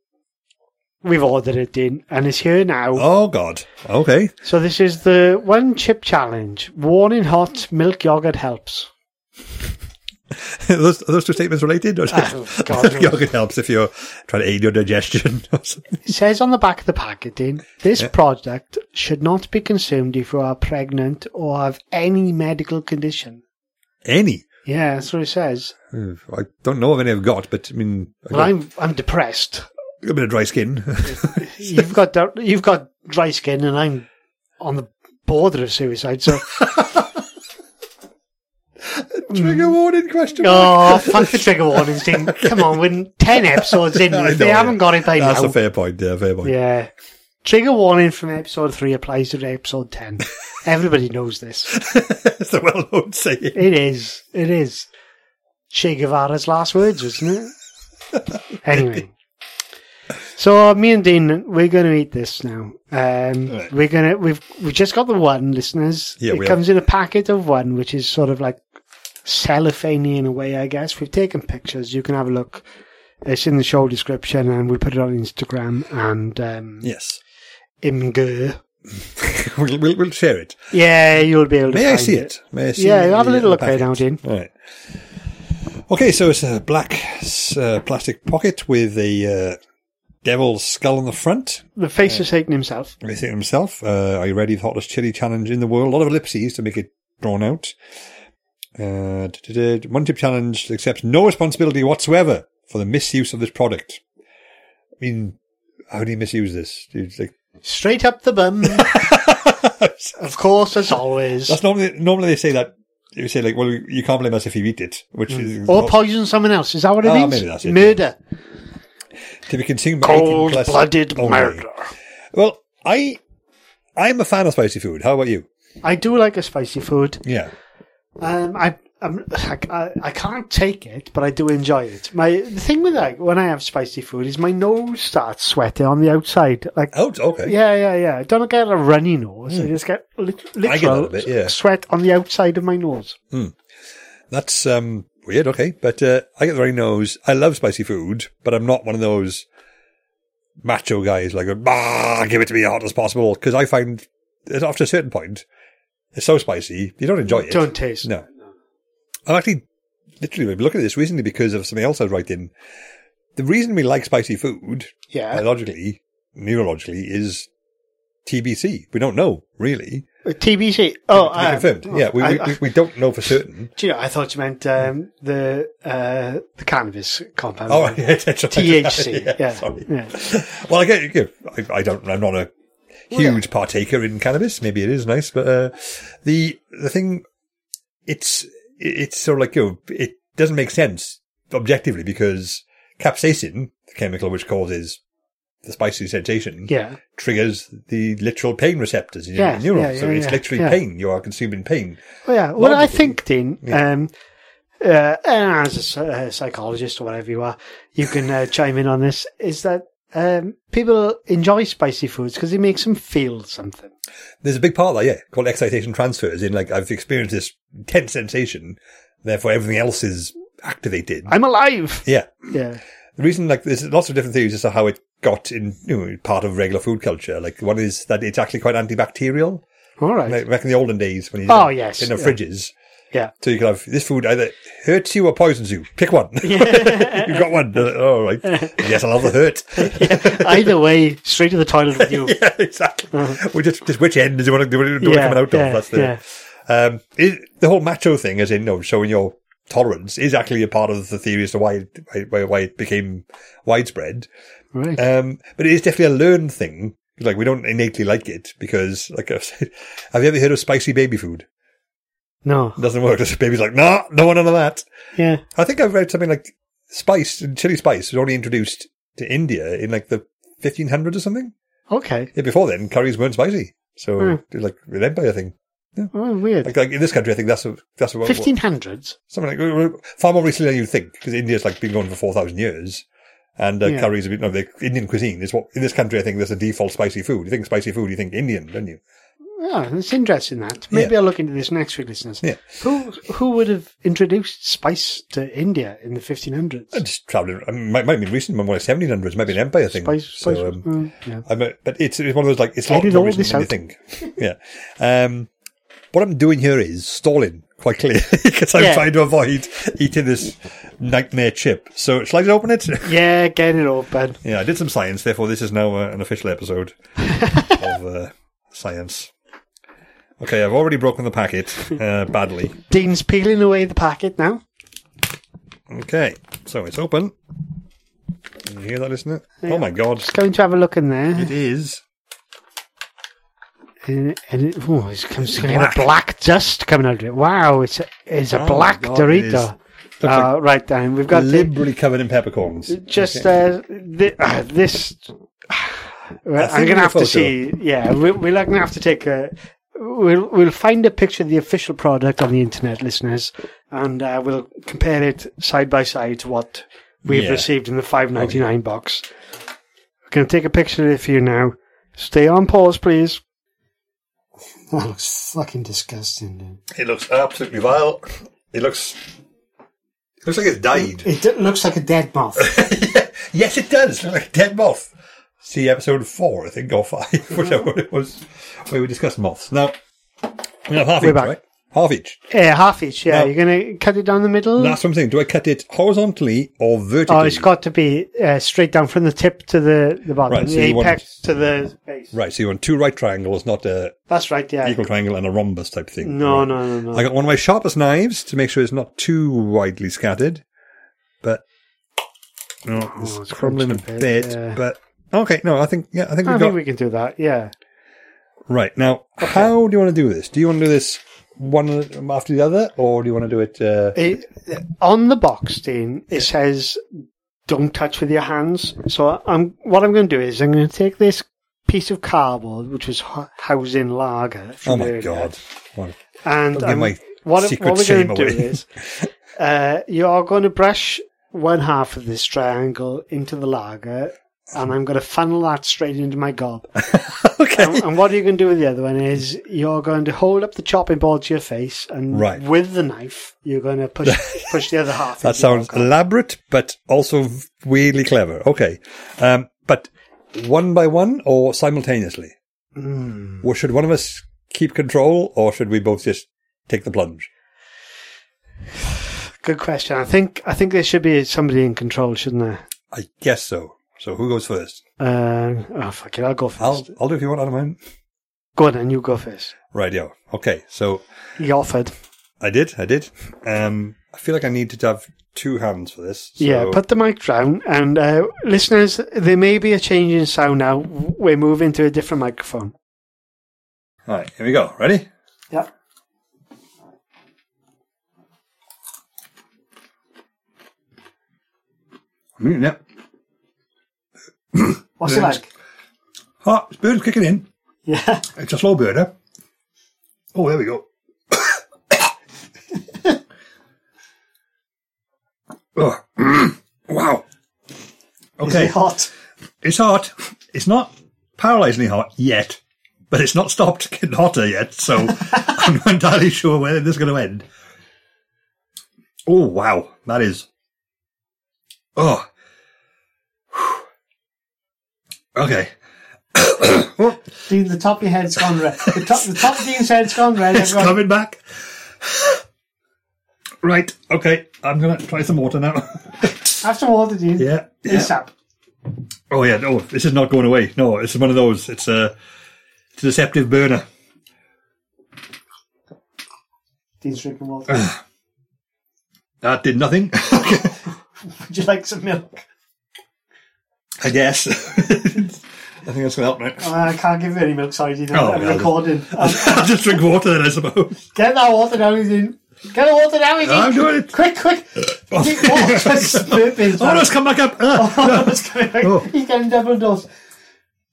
S5: we've ordered it in and it's here now.
S6: Oh god. Okay. [laughs]
S5: So this is the One Chip Challenge. Warning hot milk yogurt helps.
S6: are, those, are those two statements related? Or
S5: Oh,
S6: [laughs]
S5: God.
S6: yogurt helps if you're trying to aid your digestion. [laughs] or something.
S5: It says on the back of the packaging, this product should not be consumed if you are pregnant or have any medical condition.
S6: Any.
S5: Yeah, that's what it says.
S6: Uh, I don't know of any I've got, but I mean, I've
S5: Well,
S6: got
S5: I'm I'm depressed.
S6: a bit of dry skin. [laughs]
S5: Hmm. You've got dar- you've got dry skin, and I'm on the border of suicide.
S6: [laughs]
S5: So,
S6: Trigger warning question.
S5: oh fuck the trigger warnings, Dean. Come on, we're ten episodes in.
S6: [laughs] I
S5: If they
S6: know,
S5: haven't
S6: yeah.
S5: got it by
S6: That's
S5: now,
S6: a fair point. Yeah, fair point.
S5: yeah. Trigger warning from episode three applies to episode
S6: [laughs]
S5: ten. Everybody knows this.
S6: it's a well-known saying.
S5: It is. It is. Che Guevara's last words, wasn't it?
S6: [laughs]
S5: Anyway. So me and Dean, we're going to eat this now. Um,
S6: Right.
S5: We're gonna we've we've just got the one, listeners.
S6: Yeah,
S5: it
S6: we
S5: comes in a packet of one, which is sort of like cellophane in a way, I guess. We've taken pictures. You can have a look. It's in the show description, and we put it on Instagram and um,
S6: Yes. [laughs]
S5: Imgur.
S6: we'll, we'll, we'll share it.
S5: Yeah, you'll be able to.
S6: May I
S5: find
S6: see it? May I see
S5: Yeah, have a
S6: the,
S5: little
S6: uh,
S5: look there now,
S6: packet?
S5: Dean.
S6: All right. Okay, so it's a black uh, plastic pocket with a uh, devil's skull on the front.
S5: The face of Satan himself.
S6: They say to himself, uh, are you ready for the hottest chili challenge in the world? A lot of ellipses to make it drawn out. Uh, da-da-da. one tip challenge accepts no responsibility whatsoever for the misuse of this product. I mean, how do you misuse this? It's like,
S5: Straight up the
S6: [laughs]
S5: bum, of course, as always.
S6: that's normally, normally they say that, you say like, well, you can't blame us if you eat it, which is
S5: Mm. Or poison someone else. Is that what it
S6: Ah,
S5: means?
S6: maybe that's it,
S5: Murder.
S6: to be consumed by 18 plus
S5: Cold-blooded
S6: only.
S5: murder.
S6: Well, I, I'm a fan of spicy food. How about you?
S5: I do like a spicy food.
S6: Yeah.
S5: Um, I, I'm, I I can't take it, but I do enjoy it. My the thing with like when I have spicy food is my nose starts sweating on the outside. Like
S6: Out. Oh, Okay.
S5: yeah, yeah, yeah. I don't get a runny nose. I just get lit-
S6: Hmm. I get that a
S5: literal
S6: bit, yeah.
S5: sweat on the outside of my nose.
S6: That's um, weird. Okay, but uh, I get the runny nose. I love spicy food, but I'm not one of those macho guys like "Bah, give it to me as hot as possible." Because I find that after a certain point, it's so spicy you don't enjoy it.
S5: Don't taste.
S6: Oh, No, I'm actually literally been looking at this recently because of something else I was writing. The reason we like spicy food,
S5: Yeah,
S6: biologically, neurologically, is TBC. We don't know really.
S5: TBC. Oh,
S6: We confirmed. yeah, we,
S5: I,
S6: we,
S5: I-
S6: we we don't know
S5: [laughs]
S6: for certain.
S5: do you know? I thought you meant um, the uh, the cannabis compound.
S6: Oh, yeah, that's right.
S5: THC. yeah,
S6: [laughs] sorry.
S5: yeah.
S6: [laughs] Well, I get, you know, I, I don't. I'm not a huge partaker in cannabis. Maybe it is nice, but uh, the the thing, it's it's sort of like you. Know, it doesn't make sense objectively because capsaicin, the chemical which causes the spicy sensation,
S5: Yeah.
S6: triggers the literal pain receptors in
S5: Yeah,
S6: your neurons.
S5: yeah,
S6: so
S5: yeah,
S6: it's
S5: yeah,
S6: literally
S5: yeah.
S6: pain. You are consuming pain.
S5: Well, yeah. Well, I
S6: Logically.
S5: think, Dean, um, uh, and as a psy- uh, psychologist or whatever you are, you can uh, chime in on this, is that um, people enjoy spicy foods because it makes them feel something.
S6: There's a big part of that, yeah, called excitation transfer. As in, like I've experienced this tense sensation, therefore everything else is activated.
S5: I'm alive!
S6: yeah,
S5: Yeah.
S6: the reason like there's lots of different theories as to how it got in you know, part of regular food culture. Like one is that it's actually quite antibacterial.
S5: All right.
S6: Like back in the olden days when you
S5: Oh, yes,
S6: in the
S5: yeah.
S6: fridges,
S5: Yeah.
S6: so you could have this food either hurts you or poisons you.
S5: [laughs]
S6: Pick one. [laughs] you have got one. Uh, All right. Yes, I love the hurt.
S5: [laughs]
S6: [laughs]
S5: Either way, straight to the toilet with you.
S6: yeah, exactly. We just just which end do you want to do, you want to
S5: Mm-hmm. Yeah,
S6: come out
S5: yeah,
S6: of? That's the
S5: yeah.
S6: um, it, the whole macho thing, as in you know, showing your tolerance, is actually a part of the theory as to why it, why, why it became widespread.
S5: Right.
S6: Um, but it is definitely a learned thing. Like we don't innately like it because, like I've said, [laughs] have you ever heard of spicy baby food?
S5: no.
S6: It doesn't work. [laughs] The baby's like, nah, no one under that.
S5: Yeah.
S6: I think I've read something like spice and chili spice was only introduced to India in like the 1500s or something.
S5: Okay.
S6: Yeah, before then, curries weren't spicy. So
S5: Hmm.
S6: it was like an empire thing.
S5: Oh, weird.
S6: Like, like in this country, I think that's a, that's what, what
S5: 1500s?
S6: something like far more recently than you'd think because India's like been going for 4,000 years. And uh,
S5: Yeah.
S6: curries have been, no, the Indian cuisine is what, in this country, I think there's a default spicy food. You think spicy food, you think Indian, don't you?
S5: Yeah, Oh, it's interesting that. Maybe
S6: Yeah.
S5: I'll look into this next week, listeners.
S6: Yeah.
S5: Who who would have introduced spice to India in the 1500s?
S6: I just traveling, I mean, might, might have been recent, more like 1700s, might be an empire thing.
S5: Spice,
S6: So,
S5: spice.
S6: um,
S5: mm,
S6: [laughs]
S5: yeah.
S6: I'm a, but it's, it's one of those like, it's a
S5: I
S6: lot
S5: did
S6: more
S5: all
S6: recent
S5: this
S6: than you think. [laughs] yeah. Um, what I'm doing here is stalling quite clearly [laughs] because I'm
S5: Yeah.
S6: trying to avoid eating this nightmare chip. So shall I just open it? [laughs]
S5: Yeah, get it open.
S6: Yeah, I did some science, therefore this is now uh, an official episode
S5: [laughs]
S6: of uh, science. Okay, I've already broken the packet uh, badly.
S5: Dean's peeling away the packet now.
S6: Okay, so it's open. You hear that, listener? Oh my god,
S5: Just going to have a look in there.
S6: it is.
S5: And, and it, oh, it's, comes, it's gonna have a black dust coming out of it. Wow, it's a, it's a
S6: Oh
S5: black
S6: my God, it
S5: Dorito.
S6: is. Looks like
S5: Uh, right, Dan, we've got the-
S6: liberally covered in peppercorns.
S5: just uh, thi- uh, this. [sighs] Well,
S6: send
S5: I'm
S6: me
S5: gonna
S6: a
S5: have
S6: photo.
S5: to see. Yeah, we, we're gonna have to take a. We'll we'll find a picture of the official product on the internet, listeners, and uh, we'll compare it side by side to what we've
S6: Yeah.
S5: received in the five ninety nine box. I'm going to take a picture of it for you now. Stay on pause, please. [laughs] That looks fucking disgusting, dude.
S6: It looks absolutely vile. It looks. It looks like it's died.
S5: It d- looks like a dead moth.
S6: yes, it does. [laughs] It looks like a dead moth. See episode four, I think, or five, [laughs]
S5: Mm-hmm.
S6: whichever it was, where we discussed moths. Now, we have half
S5: We're
S6: each,
S5: back.
S6: right? Half each.
S5: [laughs] yeah, half each. Yeah,
S6: No.
S5: you're going to cut it down the middle.
S6: That's what I'm saying. Do I cut it horizontally or vertically?
S5: Mm. Oh, it's got to be uh, straight down from the tip to the, the bottom,
S6: Right, so
S5: the
S6: you want-
S5: apex to the base.
S6: Right, so you want two right triangles, not a
S5: That's right, yeah.
S6: equal triangle and a rhombus type thing.
S5: No,
S6: Right.
S5: no, no, no.
S6: I got one of my sharpest knives to make sure it's not too widely scattered, but no, it's,
S5: Oh, it's
S6: crumbling a
S5: crunched a
S6: bit.
S5: bit, yeah.
S6: But okay, no, I think yeah, I think
S5: I
S6: we've
S5: think
S6: got
S5: we can do that, yeah.
S6: right now. How do you want to do this? Do you want to do this one after the other, or do you want to do it? Uh,
S5: It, on the box, Dean, it says don't touch with your hands. So I'm what I'm going to do is I'm going to take this piece of cardboard, which was ho- housing lager. from
S6: oh my
S5: earlier,
S6: god! Well,
S5: And
S6: Don't give
S5: um,
S6: my
S5: what,
S6: secret
S5: what we're
S6: shame
S5: going to do
S6: away.
S5: is uh, you are going to brush one half of this triangle into the lager, and I'm going to funnel that straight into my
S6: [laughs]
S5: gob.
S6: okay.
S5: And, and what you're going to do with the other one is you're going to hold up the chopping board to your face, and
S6: Right.
S5: with the knife, you're going to
S6: [laughs]
S5: push push the other half.
S6: [laughs] That
S5: into your
S6: sounds
S5: gob.
S6: elaborate, but also weirdly clever. Okay, um, but one by one or simultaneously? Well, should one of us keep control, or should we both just take the plunge?
S5: Good question. I think I think there should be somebody in control, shouldn't there?
S6: I guess so. So who goes first?
S5: Uh, oh fuck it, I'll go 1st
S6: I'll I'll do if you want. I don't mind.
S5: go on, then you go first.
S6: Right, yeah. Okay, so
S5: You offered.
S6: I did, I did. Um, I feel like I need to have two hands for this. So
S5: Yeah, put the mic down, and uh, listeners, there may be a change in sound now. We're moving to a different microphone.
S6: all right, here we go. Ready?
S5: Yeah.
S6: Mm, yeah.
S5: What's it
S6: Yes.
S5: like?
S6: Oh, it's bird kicking in.
S5: Yeah. [laughs]
S6: It's a slow burner. Oh, there we go. [coughs] oh, [coughs] mm, wow. Okay,
S5: hot?
S6: it's hot. It's not paralyzingly hot yet, but it's not stopped [laughs] getting hotter yet. So [laughs] I'm not entirely sure where this is going to end. Oh wow, that is. Oh. Okay.
S5: Dude, the top of your head's gone red. The top, the top of Dean's head's gone red.
S6: It's coming back. [gasps] Right. Okay. I'm gonna try some water now. [laughs]
S5: After water, Dean.
S6: yeah. yeah.
S5: ASAP.
S6: Oh yeah. No, this is not going away. No, this is one of those. It's a, it's a deceptive burner.
S5: Dean's drinking
S6: [laughs]
S5: water.
S6: That did nothing.
S5: Would you like some milk?
S6: I guess. [laughs] I think that's gonna help me.
S5: Uh, I can't give you any milk, sorry, Dean. I'm,
S6: Oh,
S5: I'm
S6: well.
S5: recording. Um,
S6: I'll [laughs] just drink water then,
S5: [laughs]
S6: I suppose.
S5: get that water down, Dean. Get the water down, Dean.
S6: I'm doing it.
S5: Quick, quick.
S6: [laughs] Oh,
S5: Dean,
S6: [laughs]
S5: oh, just spit his
S6: oh, no, it's come back up.
S5: [laughs]
S6: Ah.
S5: Oh, it's coming back.
S6: Oh.
S5: He's getting double dose.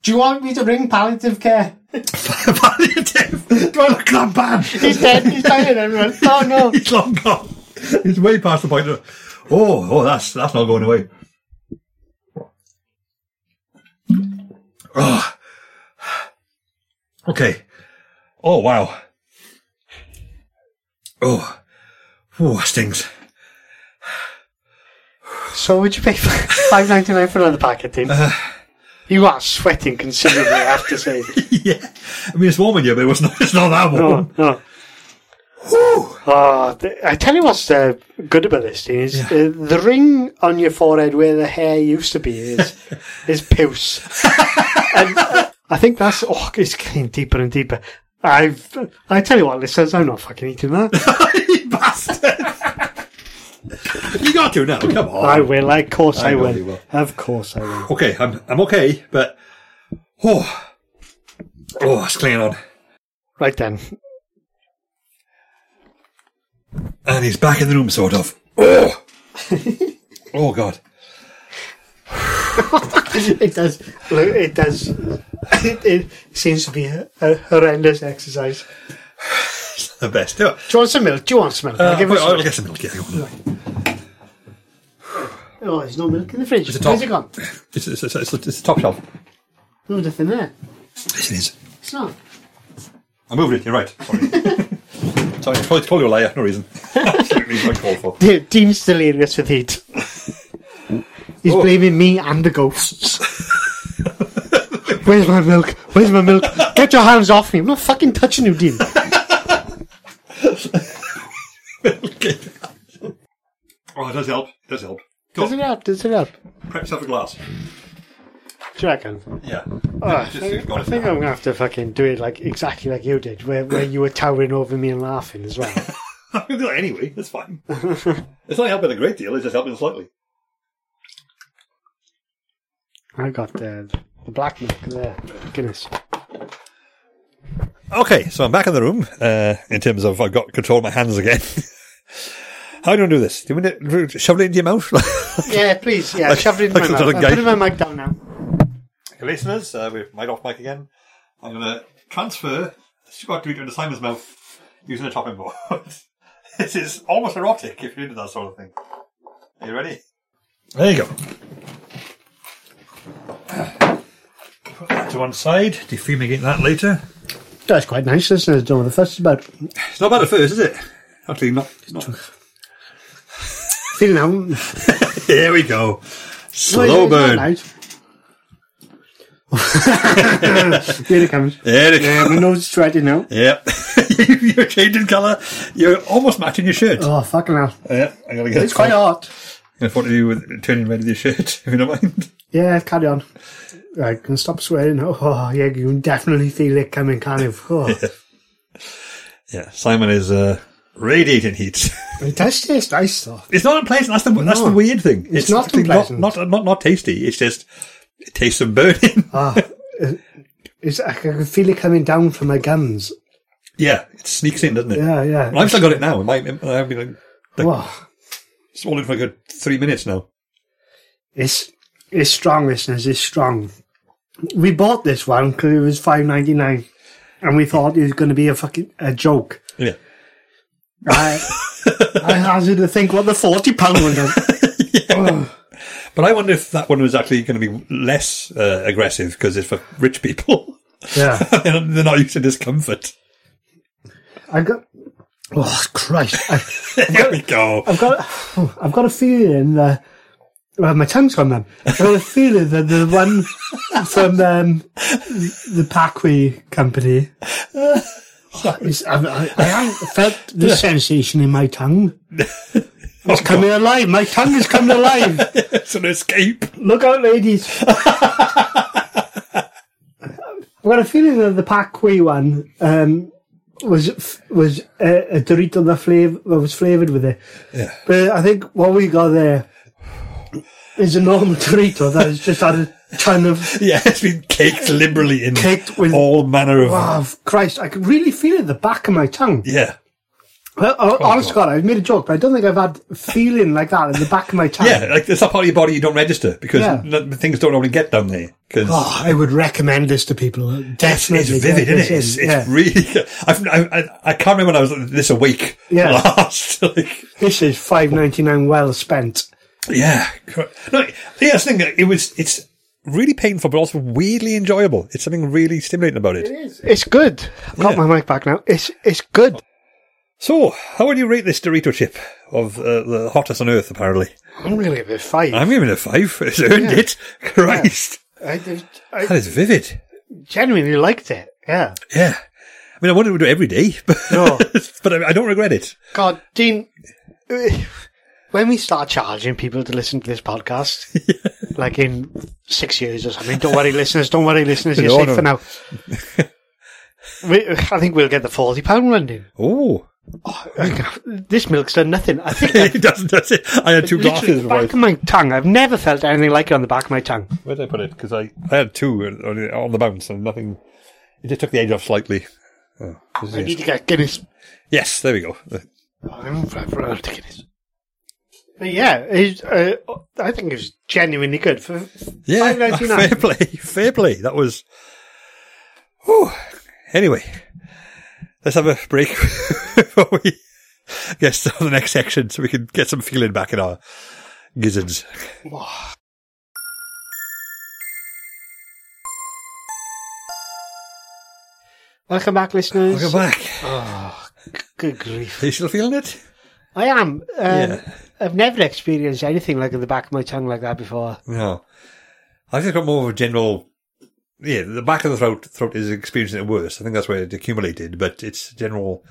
S5: Do you want me to ring palliative care?
S6: [laughs] Palliative. Do I look that [laughs] bad?
S5: He's dead. [laughs] He's dying, everyone. Oh, no.
S6: It's long gone. It's way past the point. Of, oh, oh, that's that's not going away. Oh. Okay. Oh wow. Oh, oh, that stings.
S5: So would you pay [laughs] five ninety nine for another packet, Dean? you are sweating considerably, I have to [laughs] say.
S6: [laughs] yeah, I mean it's warm in here, but it was not. It's not that warm.
S5: No, no.
S6: Whew.
S5: Oh, th- I tell you what's uh, good about this, Dean, is uh, the ring on your forehead where the hair used to be is is puce. and uh, I think that's oh, it's getting deeper and deeper. I've I tell you what, listeners, I'm not fucking eating that.
S6: [laughs] you bastard! you got to now. Come on.
S5: I will. Of course, I,
S6: Oh. I know
S5: will.
S6: you will.
S5: Of course, I will.
S6: Okay, I'm I'm okay, but oh, oh, it's clean on.
S5: Right [laughs] then,
S6: And he's back in the room, sort of.
S5: [laughs]
S6: Oh, oh God.
S5: it does. Look, it does. It, it seems to be a, a horrendous exercise.
S6: The best. Do it.
S5: Do you want some milk? Do you want some milk?
S6: Uh,
S5: I'll give
S6: wait,
S5: us some
S6: I'll
S5: milk.
S6: get some milk. Yeah, go on.
S5: Oh, there's no milk in the fridge.
S6: It's a top.
S5: Where's it gone?
S6: It's, it's, it's, it's, it's the top shelf.
S5: No, nothing there.
S6: Yes, it is.
S5: It's not.
S6: I moved it. You're right.
S5: [laughs]
S6: Sorry. Sorry. I called, called you a liar. No reason. [laughs] Absolutely uncalled for.
S5: Dude, Dean's delirious with heat. [laughs] He's blaming me and the
S6: [laughs]
S5: ghosts. Where's my milk? Where's my milk? Get your hands off me. I'm not fucking touching you,
S6: [laughs]
S5: Dean.
S6: Okay. Oh, it does help. It does help. Go
S5: Does
S6: on.
S5: it help? Does it help?
S6: Prep yourself a glass.
S5: Do you reckon?
S6: Yeah.
S5: Oh,
S6: just
S5: I think,
S6: got
S5: I
S6: it
S5: think
S6: now. [laughs]
S5: I'm gonna have to fucking do it like exactly like you did, where, where you were towering over me and laughing as well.
S6: I can do it anyway.
S5: [laughs]
S6: That's fine. it's not helping a great deal. It's just helping slightly.
S5: I got the, the black milk there. Goodness.
S6: Okay, so I'm back in the room. Uh, in terms of I've got control of my hands again. [laughs] How do you want to do this? Do you want to shove it into your mouth? [laughs]
S5: Yeah, please. Yeah,
S6: Like-
S5: shove it in
S6: like
S5: my
S6: some
S5: mouth.
S6: sort of
S5: I'm
S6: guy-
S5: putting my mic down now.
S6: Okay, listeners, uh, we're mic off mic again. I'm going to transfer the cigarette into Simon's mouth using a chopping board. [laughs] this is almost erotic if you're into that sort of thing. Are you ready? There you go. Put that to one side, defumigate that later.
S5: That's quite nice. Listeners don't know what the fuss is about.
S6: It's not bad at first, is it? Actually, not. It's [laughs] not.
S5: Feel now.
S6: Here we go. Slow burn.
S5: [laughs] Here it comes.
S6: There it
S5: Yeah,
S6: goes.
S5: my nose is threaded now.
S6: Yep. [laughs] You're changing colour. You're almost matching your shirt.
S5: Oh, fucking hell.
S6: Yeah, I'm gonna get
S5: It's quite hot.
S6: If what to do with turning red with your shirt, [laughs] if you don't mind.
S5: Yeah, carry on. I can stop swearing. Oh, yeah, you can definitely feel it coming, can't you? Oh,
S6: Yeah, Simon is uh, radiating heat. [laughs]
S5: It does taste nice, though.
S6: it's not unpleasant. That's the that's the
S5: No.
S6: weird thing.
S5: It's not
S6: actually
S5: unpleasant.
S6: Not, not not not tasty. It's just it tastes of burning. [laughs]
S5: Uh, It's, I can feel it coming down from my gums.
S6: yeah, it sneaks in, doesn't it?
S5: Yeah, yeah.
S6: Well, I've still got it now. It might, I've been like, like
S5: Whoa.
S6: swallowed for a good three minutes now.
S5: It's, it's strong, listeners. It's strong. We bought this one because it was five ninety nine, and we thought it was going to be a fucking a joke.
S6: Yeah.
S5: I, I hazard to think what the forty pound one does.
S6: But I wonder if that one was actually going to be less uh, aggressive because it's for rich people. [laughs]
S5: Yeah,
S6: They're not used to discomfort. [laughs]
S5: I got. Oh Christ! I,
S6: There we go.
S5: I've got. I've got a [sighs] feeling that. Well, my tongue's gone then. I've got a feeling that the one from um, the Packway company. It's- I, I, I haven't felt the sensation in my tongue. It's coming alive. My tongue is coming alive.
S6: It's an escape.
S5: Look out, [laughs] ladies. I've got a feeling that the Packway one um, was f- was a, a Dorito that flavor that was flavored with it.
S6: Yeah.
S5: But I think what we got there is a normal Dorito that has just had a ton of.
S6: [laughs] Yeah, it's been caked liberally in
S5: Caked with-
S6: all manner of.
S5: Oh Christ! I could really feel it at the back of my tongue.
S6: Yeah,
S5: Well, oh, honest to God, I made a joke, but I don't think I've had a feeling like that at the back of
S6: [laughs]
S5: my tongue.
S6: yeah, like there's a part of your body you don't register because
S5: Yeah.
S6: no- things don't normally get down there. Because
S5: Oh, I would recommend this to people.
S6: it's,
S5: Definitely,
S6: vivid,
S5: get
S6: isn't it?
S5: this
S6: It's,
S5: in. Yeah.
S6: it's really. I've, I, I- I can't remember when I was this awake
S5: Yeah.
S6: [laughs] last. like,
S5: This is five ninety nine well spent.
S6: yeah, cor- no. Yeah, that's the thing. It was. It's really painful, but also weirdly enjoyable. It's something really stimulating about it.
S5: It's good. I've got
S6: Yeah.
S5: my mic back now. It's it's good.
S6: So, how would you rate this Dorito chip of uh, the hottest on earth? Apparently,
S5: I'm really a bit five.
S6: I'm giving it a five. It's earned it. [laughs] Christ,
S5: I, did- I
S6: that is vivid.
S5: genuinely liked it. Yeah.
S6: Yeah. I mean, I wouldn't do it every day, [laughs] but,
S5: No.
S6: but I, I don't regret it.
S5: God, Dean. [sighs] When we start charging people to listen to this podcast, [laughs] like in six years or something, don't worry, listeners. Don't worry, listeners. You're
S6: No,
S5: safe
S6: no.
S5: for now. [laughs] we, I think we'll get the forty pound one, Dean.
S6: Oh, [laughs]
S5: This milk's done nothing. I [laughs] think I've
S6: it doesn't, does it? I had two
S5: literally
S6: glasses.
S5: the
S6: Where
S5: back of my tongue. I've never felt anything like it on the back of my tongue.
S6: did I put it? Because I, I had two on, on the bounce and nothing. It just took the edge off slightly. Oh, this is
S5: I
S6: it.
S5: need to get Guinness.
S6: Yes, there we go. Uh,
S5: I'm But yeah, it's, uh, I think it's genuinely good. For
S6: Yeah, [laughs]
S5: $5.99.
S6: fair play, fair play. That was. Whew. Anyway, let's have a break [laughs] before we get to the next section, so we can get some feeling back in our gizzards.
S5: Welcome back, listeners. Ah,
S6: Welcome back.
S5: Good grief.
S6: Are you still feeling it?
S5: I am. Um,
S6: Yeah.
S5: I've never experienced anything like at the back of my tongue like that before.
S6: No. I think I've got more of a general. Yeah, the back of the throat throat is experiencing it worse. I think that's where it accumulated, but it's a general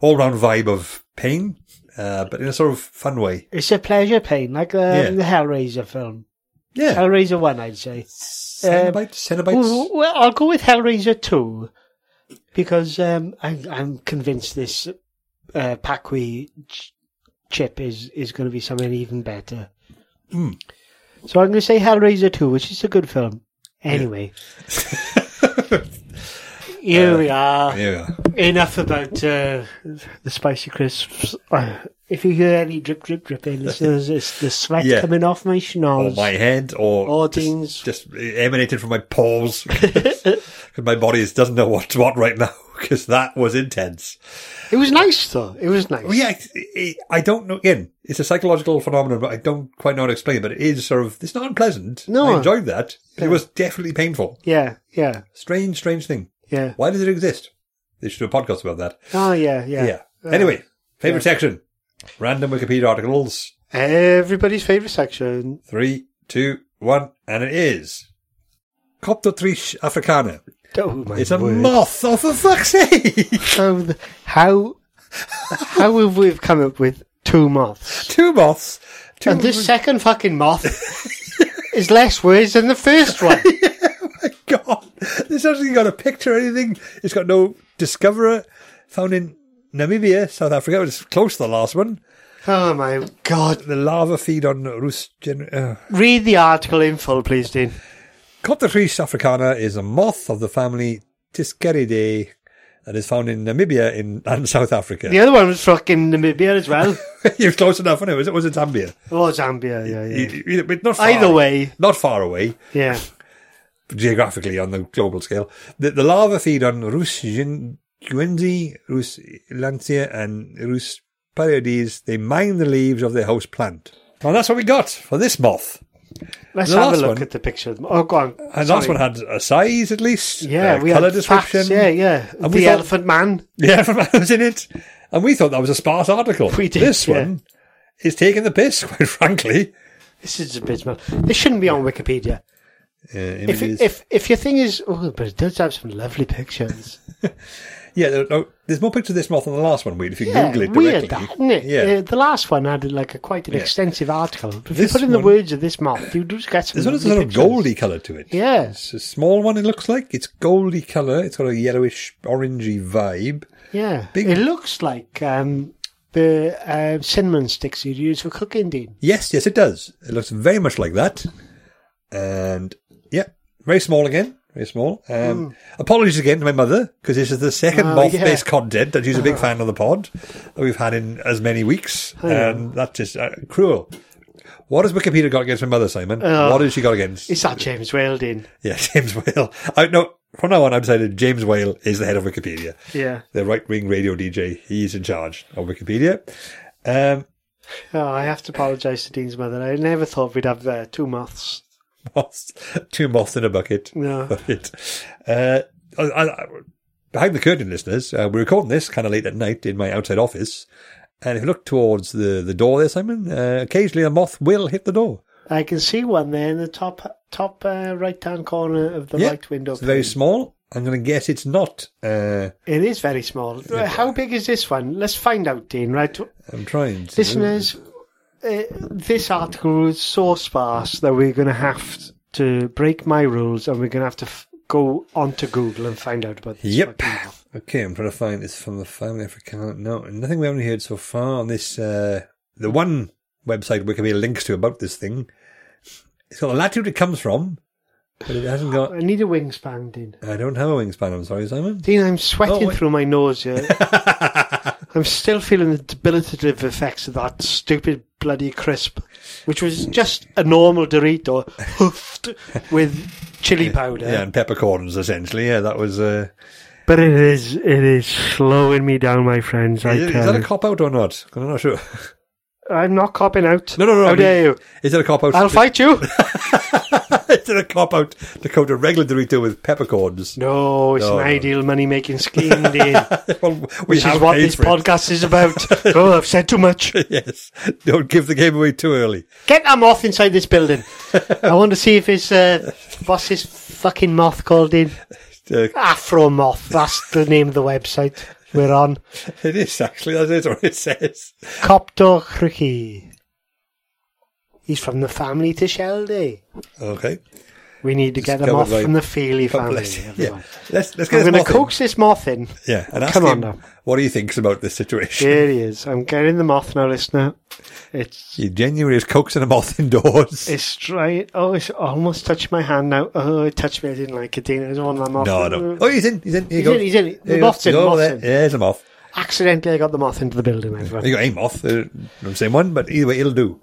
S6: all round vibe of pain, uh, but in a sort of fun way.
S5: It's a pleasure pain, like um,
S6: Yeah.
S5: the Hellraiser film.
S6: Yeah.
S5: Hellraiser 1, I'd say.
S6: Cenobites? Cenobites? [laughs]
S5: Well, well, I'll go with Hellraiser 2 because um, I'm, I'm convinced this uh, Pacqui ch- chip is, is going to be something even better.
S6: Hmm.
S5: So I'm going to say Hellraiser 2, which is a good film. Anyway,
S6: Uh,
S5: here we are.
S6: There we are.
S5: Enough about uh, the spicy crisps. Uh, if you hear any drip, drip, dripping,
S6: [laughs]
S5: this is it's the sweat
S6: Yeah.
S5: coming off my
S6: Or
S5: schnoz.
S6: my head, or
S5: Or
S6: just-
S5: things.
S6: just, emanating from my [laughs] pores, because my body is- doesn't know what's what right now. Because that was intense.
S5: It was nice, though. It was nice.
S6: Well, Oh, yeah, I- I, I don't know. Again, it's a psychological phenomenon, but I don't quite know how to explain. it, But it is sort of it's not unpleasant.
S5: No.
S6: I enjoyed that. But It was definitely painful.
S5: Yeah, yeah,
S6: Strange, strange thing.
S5: yeah.
S6: Why does it exist? They should do a podcast about that.
S5: Oh, yeah, yeah.
S6: Yeah. anyway, favorite section: random Wikipedia articles.
S5: Everybody's favourite section.
S6: Three, two, one, and it is. Coptotriche africana.
S5: Oh my
S6: It's a
S5: word.
S6: moth. Oh, for fuck's sake! [laughs]
S5: How th- how how have we come up with two moths?
S6: Two moths. Two
S5: And this second fucking moth is less words than the first one.
S6: [laughs] God, this hasn't got a picture or anything. It's got no discoverer found in Namibia, South Africa. which is close to the last one.
S5: Oh my god!
S6: The lava feed on Rus. Gen- uh.
S5: Read the article in full, please, Dean.
S6: Coptotrichis africana is a moth of the family Tisceridae that is found in Namibia in, [laughs] and South Africa.
S5: The other one was fucking Namibia as well,
S6: You're close enough, wasn't it? Was it, was it Zambia?
S5: or Zambia. Yeah, yeah,
S6: E- e- but not far,
S5: Either way,
S6: Not far away.
S5: yeah.
S6: geographically on the global scale. The, the lava feed on Rus Guenzi, Rus Lancia, and Rus Pariades, they mine the leaves of their host plant. Well, that's what we got for this moth.
S5: Let's
S6: The
S5: have a
S6: last
S5: look
S6: one-
S5: at the picture. Oh, go on. Sorry.
S6: And last one had a size, at least.
S5: Yeah,
S6: a
S5: we
S6: colour
S5: had
S6: Uh, description.
S5: facts. Yeah, yeah.
S6: And we
S5: the
S6: thought-
S5: Elephant Man.
S6: [laughs] Yeah, from was in it. And we thought that was a sparse article.
S5: We did,
S6: This
S5: yeah.
S6: one is taking the piss, [laughs] quite frankly.
S5: This is abysmal. This shouldn't be on Wikipedia.
S6: Uh,
S5: If,
S6: images.
S5: if if your thing is, oh, but it does have some lovely
S6: [laughs]
S5: pictures.
S6: yeah, there- no, there's more pictures of this moth than the last one, Weird. If you Google it
S5: weird,
S6: directly.
S5: that, isn't it?
S6: Yeah.
S5: Uh, the last one had like a quite an
S6: Yeah.
S5: extensive article. But if
S6: This
S5: you put in the
S6: one-
S5: words of this moth, you just get some.
S6: This one is a
S5: lovely
S6: sort of
S5: pictures.
S6: goldy colour to it.
S5: Mm, Yeah,
S6: It's a small one, it looks like. It's goldy colour. It's got a yellowish, orangey vibe.
S5: yeah.
S6: Big-
S5: It looks like um, the uh, cinnamon sticks you use for cooking, Dean.
S6: Yes, yes, it does. It looks very much like that. And, yeah, very small again. Very small. Um, Apologies again to my mother, because this is the second
S5: Mm. Oh,
S6: moth
S5: yeah. Uh-huh.
S6: based content that she's a big fan of the pod that we've had in as many weeks.
S5: Oh,
S6: And that's just uh, cruel. What has Wikipedia got against my mother, Simon? what has she got against?
S5: Uh, It's that James Whale, Dean.
S6: Yeah, [laughs] James Whale. I, no, from now on, I've decided James Whale is the head of Wikipedia.
S5: Yeah.
S6: the right wing radio DJ. He's in charge of Wikipedia. Um, [laughs]
S5: Oh, I have to apologise to Dean's mother. I never thought we'd have uh, two moths.
S6: moths, two moths in a bucket.
S5: No.
S6: [laughs] Bucket. Uh, I, I, behind the curtain, listeners, uh, we're recording this kind of late at night in my outside office. And if you look towards the, the door there, Simon, uh, occasionally a moth will hit the door.
S5: I can see one there in the top top uh, right hand corner of the
S6: Yeah,
S5: right window.
S6: It's very
S5: pane.
S6: small. I'm going to guess it's not. Uh,
S5: It is very small. Uh, How big is this one? Let's find out, Dean. Right,
S6: I'm trying. To,
S5: listeners. Uh, this article is so sparse that we're going to have to break my rules, and we're going to have to f- go onto Google and find out about this.
S6: Yep.
S5: fucking moth.
S6: Okay, I'm trying to find this from the family Africana. No, nothing we haven't heard so far on this. Uh, the one website Wikipedia links to about this thing. It's got the latitude it comes from, but it hasn't got.
S5: I need a wingspan, Dean.
S6: I don't have a wingspan. I'm sorry, Simon.
S5: Dean, I'm sweating
S6: Oh, wait.
S5: through my nose
S6: [laughs]
S5: here. I'm still feeling the debilitative effects of that stupid bloody crisp, which was just a normal Dorito hoofed with chili powder.
S6: Yeah, and peppercorns essentially. Yeah, that was. Uh,
S5: But it is it is slowing me down, my friends. I
S6: is, it- is
S5: tell
S6: that a
S5: you.
S6: cop out or not? 'Cause I'm not sure. [laughs]
S5: I'm not copping out.
S6: No, no, no.
S5: How
S6: I mean, [laughs]
S5: dare you?
S6: Is it a cop out?
S5: Oh, I'll fight you.
S6: [laughs] is it a cop out to coat a regular Dorito with peppercorns? [laughs]
S5: No, it's
S6: No,
S5: an
S6: no.
S5: ideal money
S6: [laughs]
S5: making scheme, Dean.
S6: well, we
S5: Which
S6: have
S5: is what
S6: paid
S5: this
S6: for it.
S5: podcast is about. oh, I've said too much.
S6: [laughs] Yes. Don't give the game away too early.
S5: Get that moth inside this building. I want to see if his uh, what's his fucking moth called in
S6: Uh,
S5: Afro moth. That's the name of the website we're on.
S6: it is actually. That is what it says.
S5: Copto Cricky. He's from the family to Shelde.
S6: Okay.
S5: We need to
S6: Just
S5: get the
S6: go
S5: moth
S6: with my
S5: from the Feely
S6: God
S5: family.
S6: bless you.
S5: everyone.
S6: Let's let's
S5: I'm going to
S6: get this moth in.
S5: coax this moth in.
S6: Yeah, and ask
S5: Come on
S6: him
S5: now.
S6: what he thinks about this situation.
S5: Here he is. I'm getting the moth now, listener. It's
S6: He genuinely is coaxing a moth indoors.
S5: it's trying. Oh, it's almost touched my hand now. Oh, it touched me. I didn't like it, Dean. I don't want that moth.
S6: no, no. Oh, he's in. He's in. Here
S5: He's
S6: you go.
S5: in, he's in. The
S6: Here you go.
S5: moth's in,
S6: Go over
S5: moth's
S6: there.
S5: in.
S6: Yeah, there's a moth.
S5: Accidentally, I got the moth into the building. everyone.
S6: You got a moth. Uh, the same one, but either way, it'll do.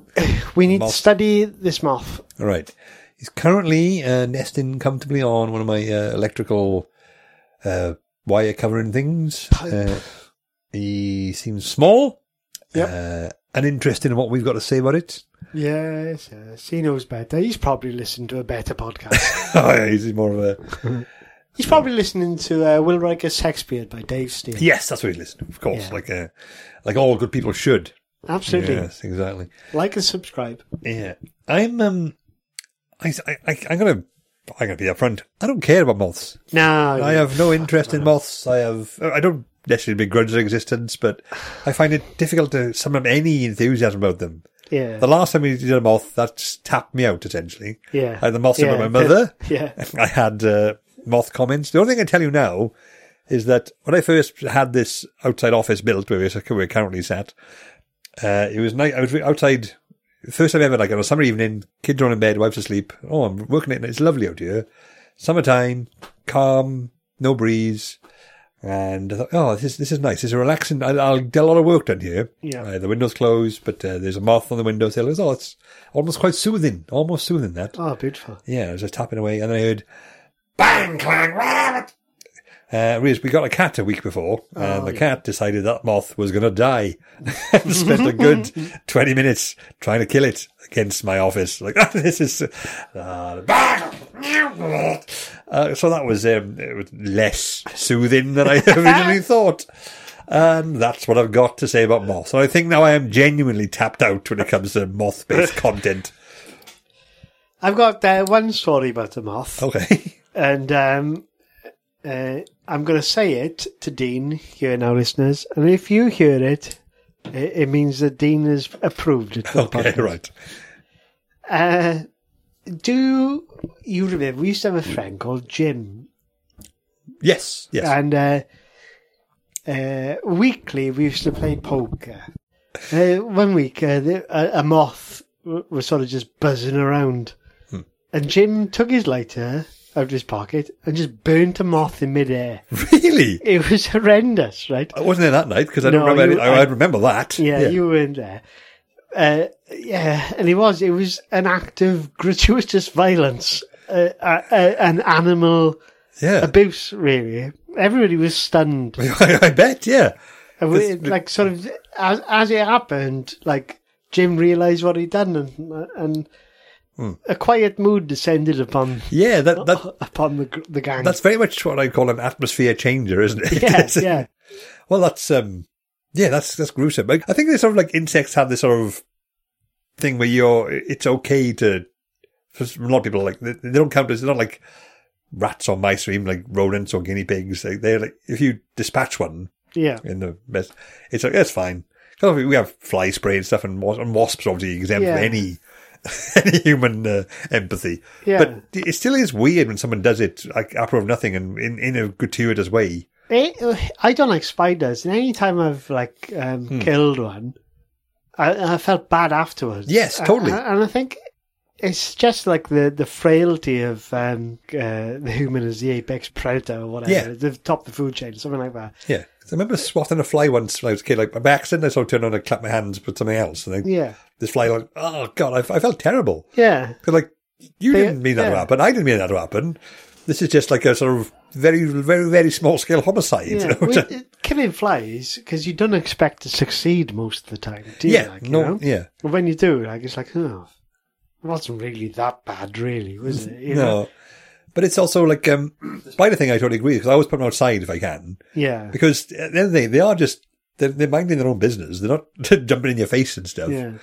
S5: We need
S6: Moth.
S5: to study this moth.
S6: All right. He's currently uh, nesting comfortably on one of my uh, electrical uh, wire covering things. Uh, he seems small. Uh, uninterested in what we've got to say about it.
S5: Yes, yes. He knows better. He's probably listened to a better
S6: [laughs]
S5: podcast.
S6: oh, yeah, he's more of a
S5: He's probably listening to uh, Will Riker's Sex Beard by Dave Steele.
S6: yes. That's what he listened. Of course,
S5: Yeah.
S6: like uh, like all good people should.
S5: Absolutely.
S6: Yes, exactly.
S5: Like and subscribe.
S6: Yeah, I'm. Um, I, I, I- I'm gonna, I'm gonna be upfront. I don't care about moths.
S5: No,
S6: I have no interest in moths. I have. I don't necessarily begrudge their existence, but I find it difficult to sum up any enthusiasm about them.
S5: Yeah.
S6: The last time we did a moth, that's tapped me out essentially.
S5: Yeah.
S6: I had the moths
S5: yeah.
S6: about my mother.
S5: [laughs] Yeah.
S6: [laughs] I had uh, moth comments. The only thing I can tell you now is that when I first had this outside office built where we're- we're currently sat, uh, it was night. I was outside. First time ever, like on a summer evening, kids are on in bed, wife's asleep. Oh, I'm working it, and it's lovely out here. Summertime, calm, no breeze, and I thought, oh, this is this is nice. It's a relaxing. I'll, I'll get a lot of work done here.
S5: Yeah.
S6: Uh, the windows closed, but uh, there's a moth on the windowsill. It's- Oh, it's almost quite soothing, almost soothing that.
S5: Oh, beautiful.
S6: Yeah, I was just tapping away, and then I heard bang, clang, rah. Uh, Reese, we got a cat a week before, and the cat decided that moth was going to die. [laughs] And Spent a good 20 minutes trying to kill it against my office. Like, [laughs] "Ah, this is. Uh, bang. Uh, so that was, um, it was less soothing than I [laughs] originally thought. And that's what I've got to say about moths. And I think now I am genuinely tapped out when it comes to moth based content.
S5: I've got uh, one story about the moth,
S6: Okay.
S5: and um, uh, I'm going to say it to Dean here now, listeners. And if you hear it, it, it means that Dean has approved it. for the
S6: [laughs] Okay,
S5: podcast.
S6: right.
S5: Uh, do you remember we used to have a friend called Jim,
S6: Yes, yes.
S5: and uh, uh, weekly we used to play poker. Uh, one week, uh, the, a, a moth w- was sort of just buzzing around, and Jim took his lighter out of his pocket and just burnt a moth in midair. [laughs]
S6: [laughs] really?
S5: It was horrendous, right?
S6: I wasn't there that night because I don't
S5: No,
S6: remember.
S5: you-
S6: any- I,
S5: I-
S6: I remember that.
S5: Yeah, you weren't there. Uh, yeah, and it was. It was an act of gratuitous violence, uh, uh, uh, an animal
S6: yeah.
S5: abuse, really. Everybody was stunned.
S6: [laughs] I bet. Yeah.
S5: And we, like sort of as as it happened, like Jim realised what he'd done, and and a quiet mood descended upon
S6: Yeah. That Hmm. that
S5: [laughs] upon the gr- the gang.
S6: that's very much what I call an atmosphere changer, isn't it?
S5: oh. yeah,
S6: [laughs] It's-
S5: yeah,
S6: Well, that's um, yeah, that's that's gruesome. Like, I think they sort of like insects have this sort of thing where you're. It's okay to. For a lot of people, like they, they don't count as. They're not like rats or mice or even like rodents or guinea pigs. Like, they're like if you dispatch one,
S5: yeah,
S6: in the best. It's like that's fine. 'Cause we we have fly spray and stuff, and, was- and wasps are obviously exempt
S5: Yeah.
S6: from any [laughs] any human uh, empathy.
S5: Yeah.
S6: But it still is weird when someone does it like apropos of nothing and in, in a gratuitous way.
S5: It- Eh, I don't like spiders, and any time I've like um,
S6: Hmm.
S5: killed one, I, I felt bad afterwards.
S6: Yes,
S5: A-
S6: totally.
S5: a- and I think it's just like the the frailty of um, uh, the human as the apex predator or whatever,
S6: Yeah.
S5: the top of the food chain, something like that.
S6: Yeah. 'Cause I remember swatting a fly once when I was a kid, like by accident. I sort of turned on and clapped my hands, put something else, and then
S5: Yeah,
S6: this fly like, oh god, I, I felt terrible.
S5: yeah.
S6: 'Cause, like you
S5: They-
S6: didn't mean that to
S5: yeah.
S6: happen. I didn't mean that to happen. This is just like a sort of very, very, very small scale homicide. you [laughs]
S5: Yeah,
S6: know?
S5: well, it- killing flies because you don't expect to succeed most of the time, do you?
S6: yeah,
S5: like, you
S6: no,
S5: know?
S6: yeah.
S5: But when you do, like it's like, oh, it wasn't really that bad, really, was it? You know?
S6: No. But it's also like, um, the spider thing I totally agree because I always put them outside if I can.
S5: Yeah.
S6: Because at the end of the day, they are just, they're, they're minding their own business. They're not [laughs] jumping in your face and stuff.
S5: Yeah.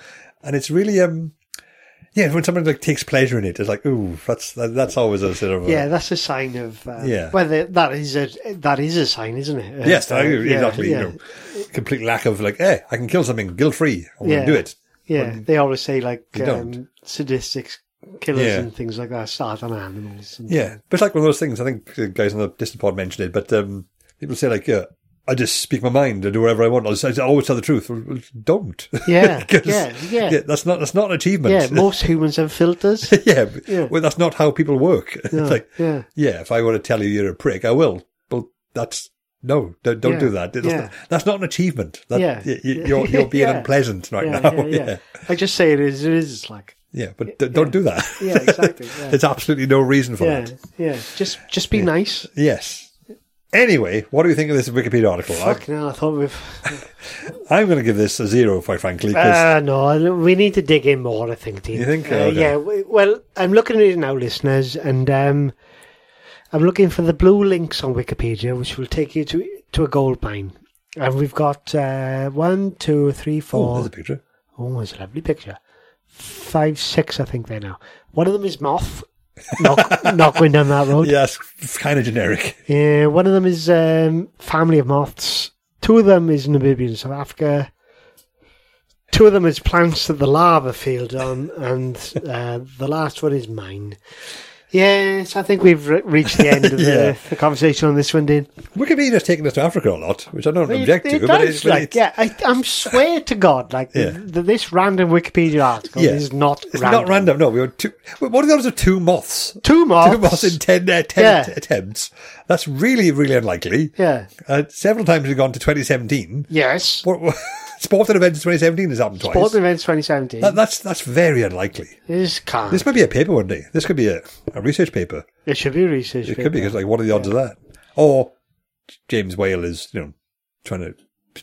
S6: And it's really, um, yeah, when someone like takes pleasure in it, it's like, ooh, that's, that, that's always a sort of, uh,
S5: Yeah, that's a sign of uh,
S6: Yeah.
S5: Whether that is a that is a sign, isn't it? Of,
S6: Yes,
S5: uh,
S6: I agree.
S5: yeah,
S6: exactly.
S5: Yeah,
S6: You know, complete lack of like, eh, I can kill something guilt free. I'm
S5: Yeah.
S6: going to do it.
S5: yeah. They always say like
S6: They
S5: um,
S6: don't.
S5: sadistic killers
S6: Yeah.
S5: and things like that start on animals. And,
S6: Yeah, but it's like one of those things. I think the guys on the Distant Pod mentioned it, but um, people say like, yeah, I just speak my mind. I do whatever I want. I, just, I always tell the truth. Well, well, Don't.
S5: Yeah,
S6: [laughs] 'Cause,
S5: yeah, yeah.
S6: That's not that's not an achievement. [laughs]
S5: yeah. Most humans have filters.
S6: yeah, but-
S5: Yeah.
S6: Well, that's not how people work. [laughs]
S5: No,
S6: it's like,
S5: yeah.
S6: yeah, if I want to tell you you're a prick, I will. But that's no, don't, don't
S5: Yeah.
S6: do that. That's,
S5: Yeah.
S6: not, that's not an achievement. That,
S5: Yeah.
S6: y-
S5: [laughs]
S6: y- you're you're being
S5: Yeah.
S6: unpleasant right
S5: yeah,
S6: now.
S5: yeah,
S6: [laughs]
S5: yeah. I just say it as it is. It's like,
S6: Yeah, but d- don't do that.
S5: Yeah,
S6: [laughs]
S5: exactly, yeah.
S6: There's absolutely no reason for
S5: yeah,
S6: that.
S5: yeah. Just, just be nice.
S6: Yes. Anyway, what do you think of this Wikipedia article?
S5: Fucking hell, I thought we've.
S6: I, am going to give this a zero, quite frankly. 'cause-
S5: Uh, no, we need to dig in more. I think. Dean.
S6: You think?
S5: Uh,
S6: Okay.
S5: Yeah. w- Well, I'm looking at it now, listeners, and um, I'm looking for the blue links on Wikipedia, which will take you to to a gold mine. And we've got uh, one, two, three,
S6: oh,
S5: four.
S6: there's a picture.
S5: Oh, it's a lovely picture. Five, six, I think they're now. One of them is moth. not,
S6: [laughs]
S5: not going down that road.
S6: Yeah, it's, kind of generic.
S5: Yeah, Uh, one of them is um, family of moths. Two of them is Namibia and South Africa. Two of them is plants that the lava field on, and uh, the last one is mine. Yes, I think we've re- reached the end
S6: [laughs]
S5: of
S6: Yeah.
S5: the, the conversation on this one, Dean.
S6: Wikipedia's taken us to Africa a lot, which I don't object to.
S5: it
S6: but
S5: does,
S6: it's
S5: like,
S6: it's-
S5: yeah, I, I'm swear to God, like
S6: Yeah.
S5: th- th- this random Wikipedia article
S6: Yeah.
S5: is not
S6: It's
S5: random.
S6: not random. No, we were two. wait, What are those of two moths?
S5: Two moths.
S6: [laughs] Two moths in ten, uh, 10
S5: Yeah.
S6: attempts. That's really, really unlikely.
S5: Yeah.
S6: Uh, several times we've gone to 2017.
S5: Yes.
S6: What, [laughs] what, sporting events 2017 has happened twice.
S5: Sport events 2017.
S6: That, that's that's very unlikely.
S5: is can't.
S6: This might be a paper one day. This could be a, a research paper.
S5: it should be a research.
S6: It could be
S5: paper.
S6: because like what are the odds of that? Or James Whale is you know trying to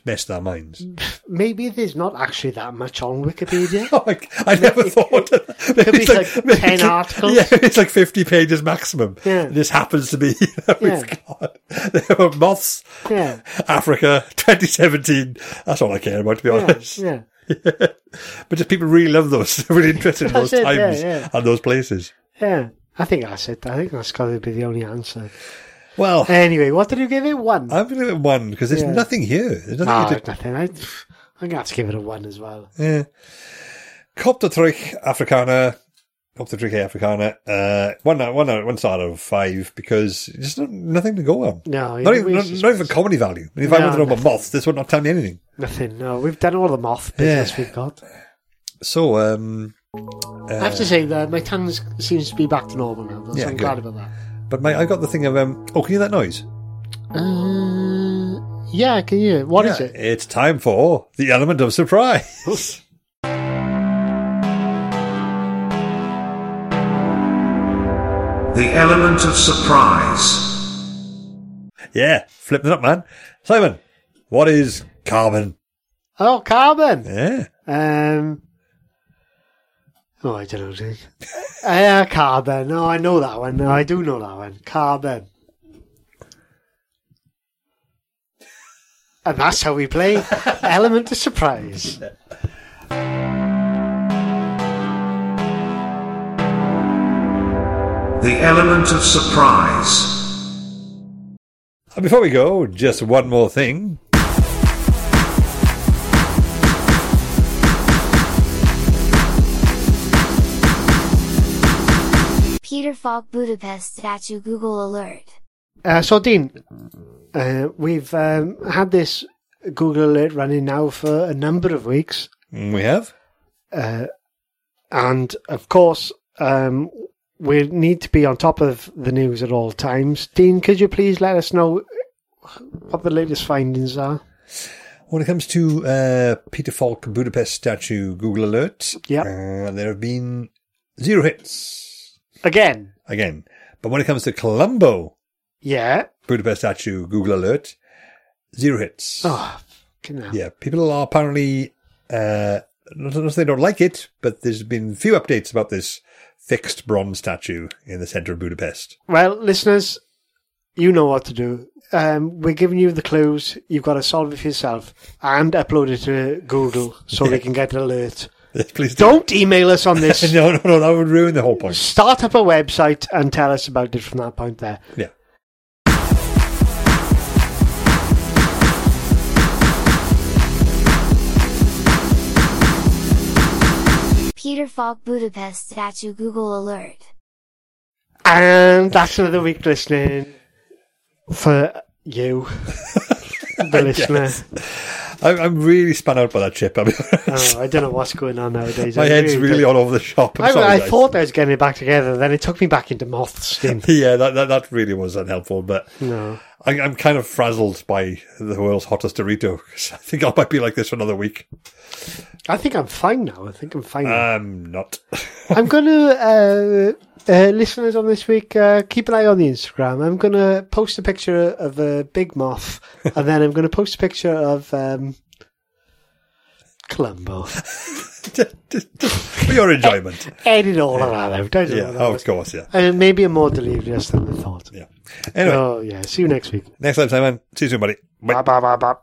S6: mess their minds.
S5: maybe there's not actually that much on Wikipedia.
S6: [laughs] Oh, I, I never thought. Of that.
S5: be
S6: Maybe
S5: like 10 articles.
S6: Yeah, it's like fifty pages maximum.
S5: Yeah.
S6: this happens to be. [laughs] You know,
S5: Yeah.
S6: God. [laughs] There were moths,
S5: yeah,
S6: Africa, [laughs] 2017. That's all I care about, to be
S5: yeah,
S6: honest.
S5: yeah.
S6: But just people really love those. [laughs] They're really interested in
S5: That's
S6: those
S5: it, yeah,
S6: times
S5: yeah.
S6: and those places.
S5: yeah. I think that's it. I think that's got to be the only answer.
S6: Well,
S5: Anyway, what did you give it? One.
S6: I'm going to give it one because there's
S5: Um, Yeah. Ah.
S6: nothing here. There's nothing
S5: no,
S6: here to
S5: nothing. I, I'm gonna have to give it a one as well.
S6: Yeah. Coptertrich Africana. Coptertrich Africana. Uh, one, out- one, out- one star out of five because there's not, nothing to go on.
S5: No,
S6: Not
S5: yeah,
S6: even,
S5: we
S6: not,
S5: should
S6: not
S5: space.
S6: even comedy value. I mean, if I
S5: No,
S6: wanted to know about
S5: nothing.
S6: moths, this would not tell me anything.
S5: Nothing. No, we've done all the moth business
S6: Yeah.
S5: we've got.
S6: So, um,
S5: I have to say that my tongue seems to be back to normal now. Though,
S6: Uh, Yeah,
S5: so I'm
S6: good.
S5: glad about that.
S6: but my, I got the thing of, um, oh, can you hear that noise?
S5: Uh, yeah, can you? What is
S6: Yeah,
S5: it?
S6: It's time for the element of surprise. [laughs]
S1: The element of surprise.
S6: yeah, flipping it up, man. Simon, what is carbon?
S5: Oh, carbon.
S6: Yeah.
S5: Um. Oh, I don't know. Dude. uh, carbon. No, I know that one. No, I do know that one. Carbon. And that's how we play Element of Surprise.
S1: The element of surprise.
S6: And before we go, just one more thing.
S7: Peter Falk Budapest statue Google alert.
S5: Uh, so, Dean, uh, we've um, had this Google Alert running now for a number of weeks.
S6: We have?
S5: Uh, and of course, um, we need to be on top of the news at all times. Dean, could you please let us know what the latest findings are?
S6: When it comes to uh, Peter Falk Budapest statue Google Alert,
S5: Yep.
S6: uh, there have been zero hits
S5: Again,
S6: again. But when it comes to Colombo,
S5: Yeah.
S6: Budapest statue, Google alert, zero hits.
S5: Oh, fucking hell.
S6: Yeah, people are apparently uh, not not that they don't like it, but there's been few updates about this fixed bronze statue in the centre of Budapest. [laughs]
S5: Well, listeners, you know what to do. Um, we're giving you the clues. You've got to solve it for yourself and upload it to Google so we can get an alert.
S6: Please do-
S5: Don't email us
S6: [laughs]
S5: on this.
S6: No, no, no, that would ruin the whole point.
S5: Start up a website and tell us about it from that point there.
S6: Yeah.
S7: Peter Falk Budapest statue Google alert.
S5: And that's another week listening for
S6: [laughs]
S5: you, the listener.
S6: I'm, I'm really spun out by that chip. I mean, [laughs]
S5: Oh, I don't know what's going on nowadays.
S6: my
S5: I
S6: head's really
S5: don't-
S6: all over the shop. I'm
S5: I,
S6: sorry,
S5: I
S6: guys.
S5: thought I was getting it back together, then it took me back into moth
S6: [laughs]
S5: skin.
S6: Yeah, that, that, that really was unhelpful, but
S5: No.
S6: I, I'm kind of frazzled by the world's hottest Dorito. 'cause I think I might be like this for another week.
S5: I think I'm fine now. I think I'm fine. now.
S6: I'm not. [laughs]
S5: I'm going to, uh, uh, listeners on this week, uh, keep an eye on the Instagram. I'm going to post a picture of a big
S6: [laughs]
S5: moth, and then I'm going to post a picture of um, Columbo.
S6: just, just, just for your enjoyment.
S5: Edit all of that out. I don't
S6: [laughs] Yeah,
S5: know.
S6: oh, of course, yeah.
S5: And Uh, maybe I'm more delirious than I thought.
S6: yeah. Anyway,
S5: Oh, yeah. See you next week.
S6: next time, Simon. See you soon, buddy. Bye.
S5: Bye, bye, bye, bye.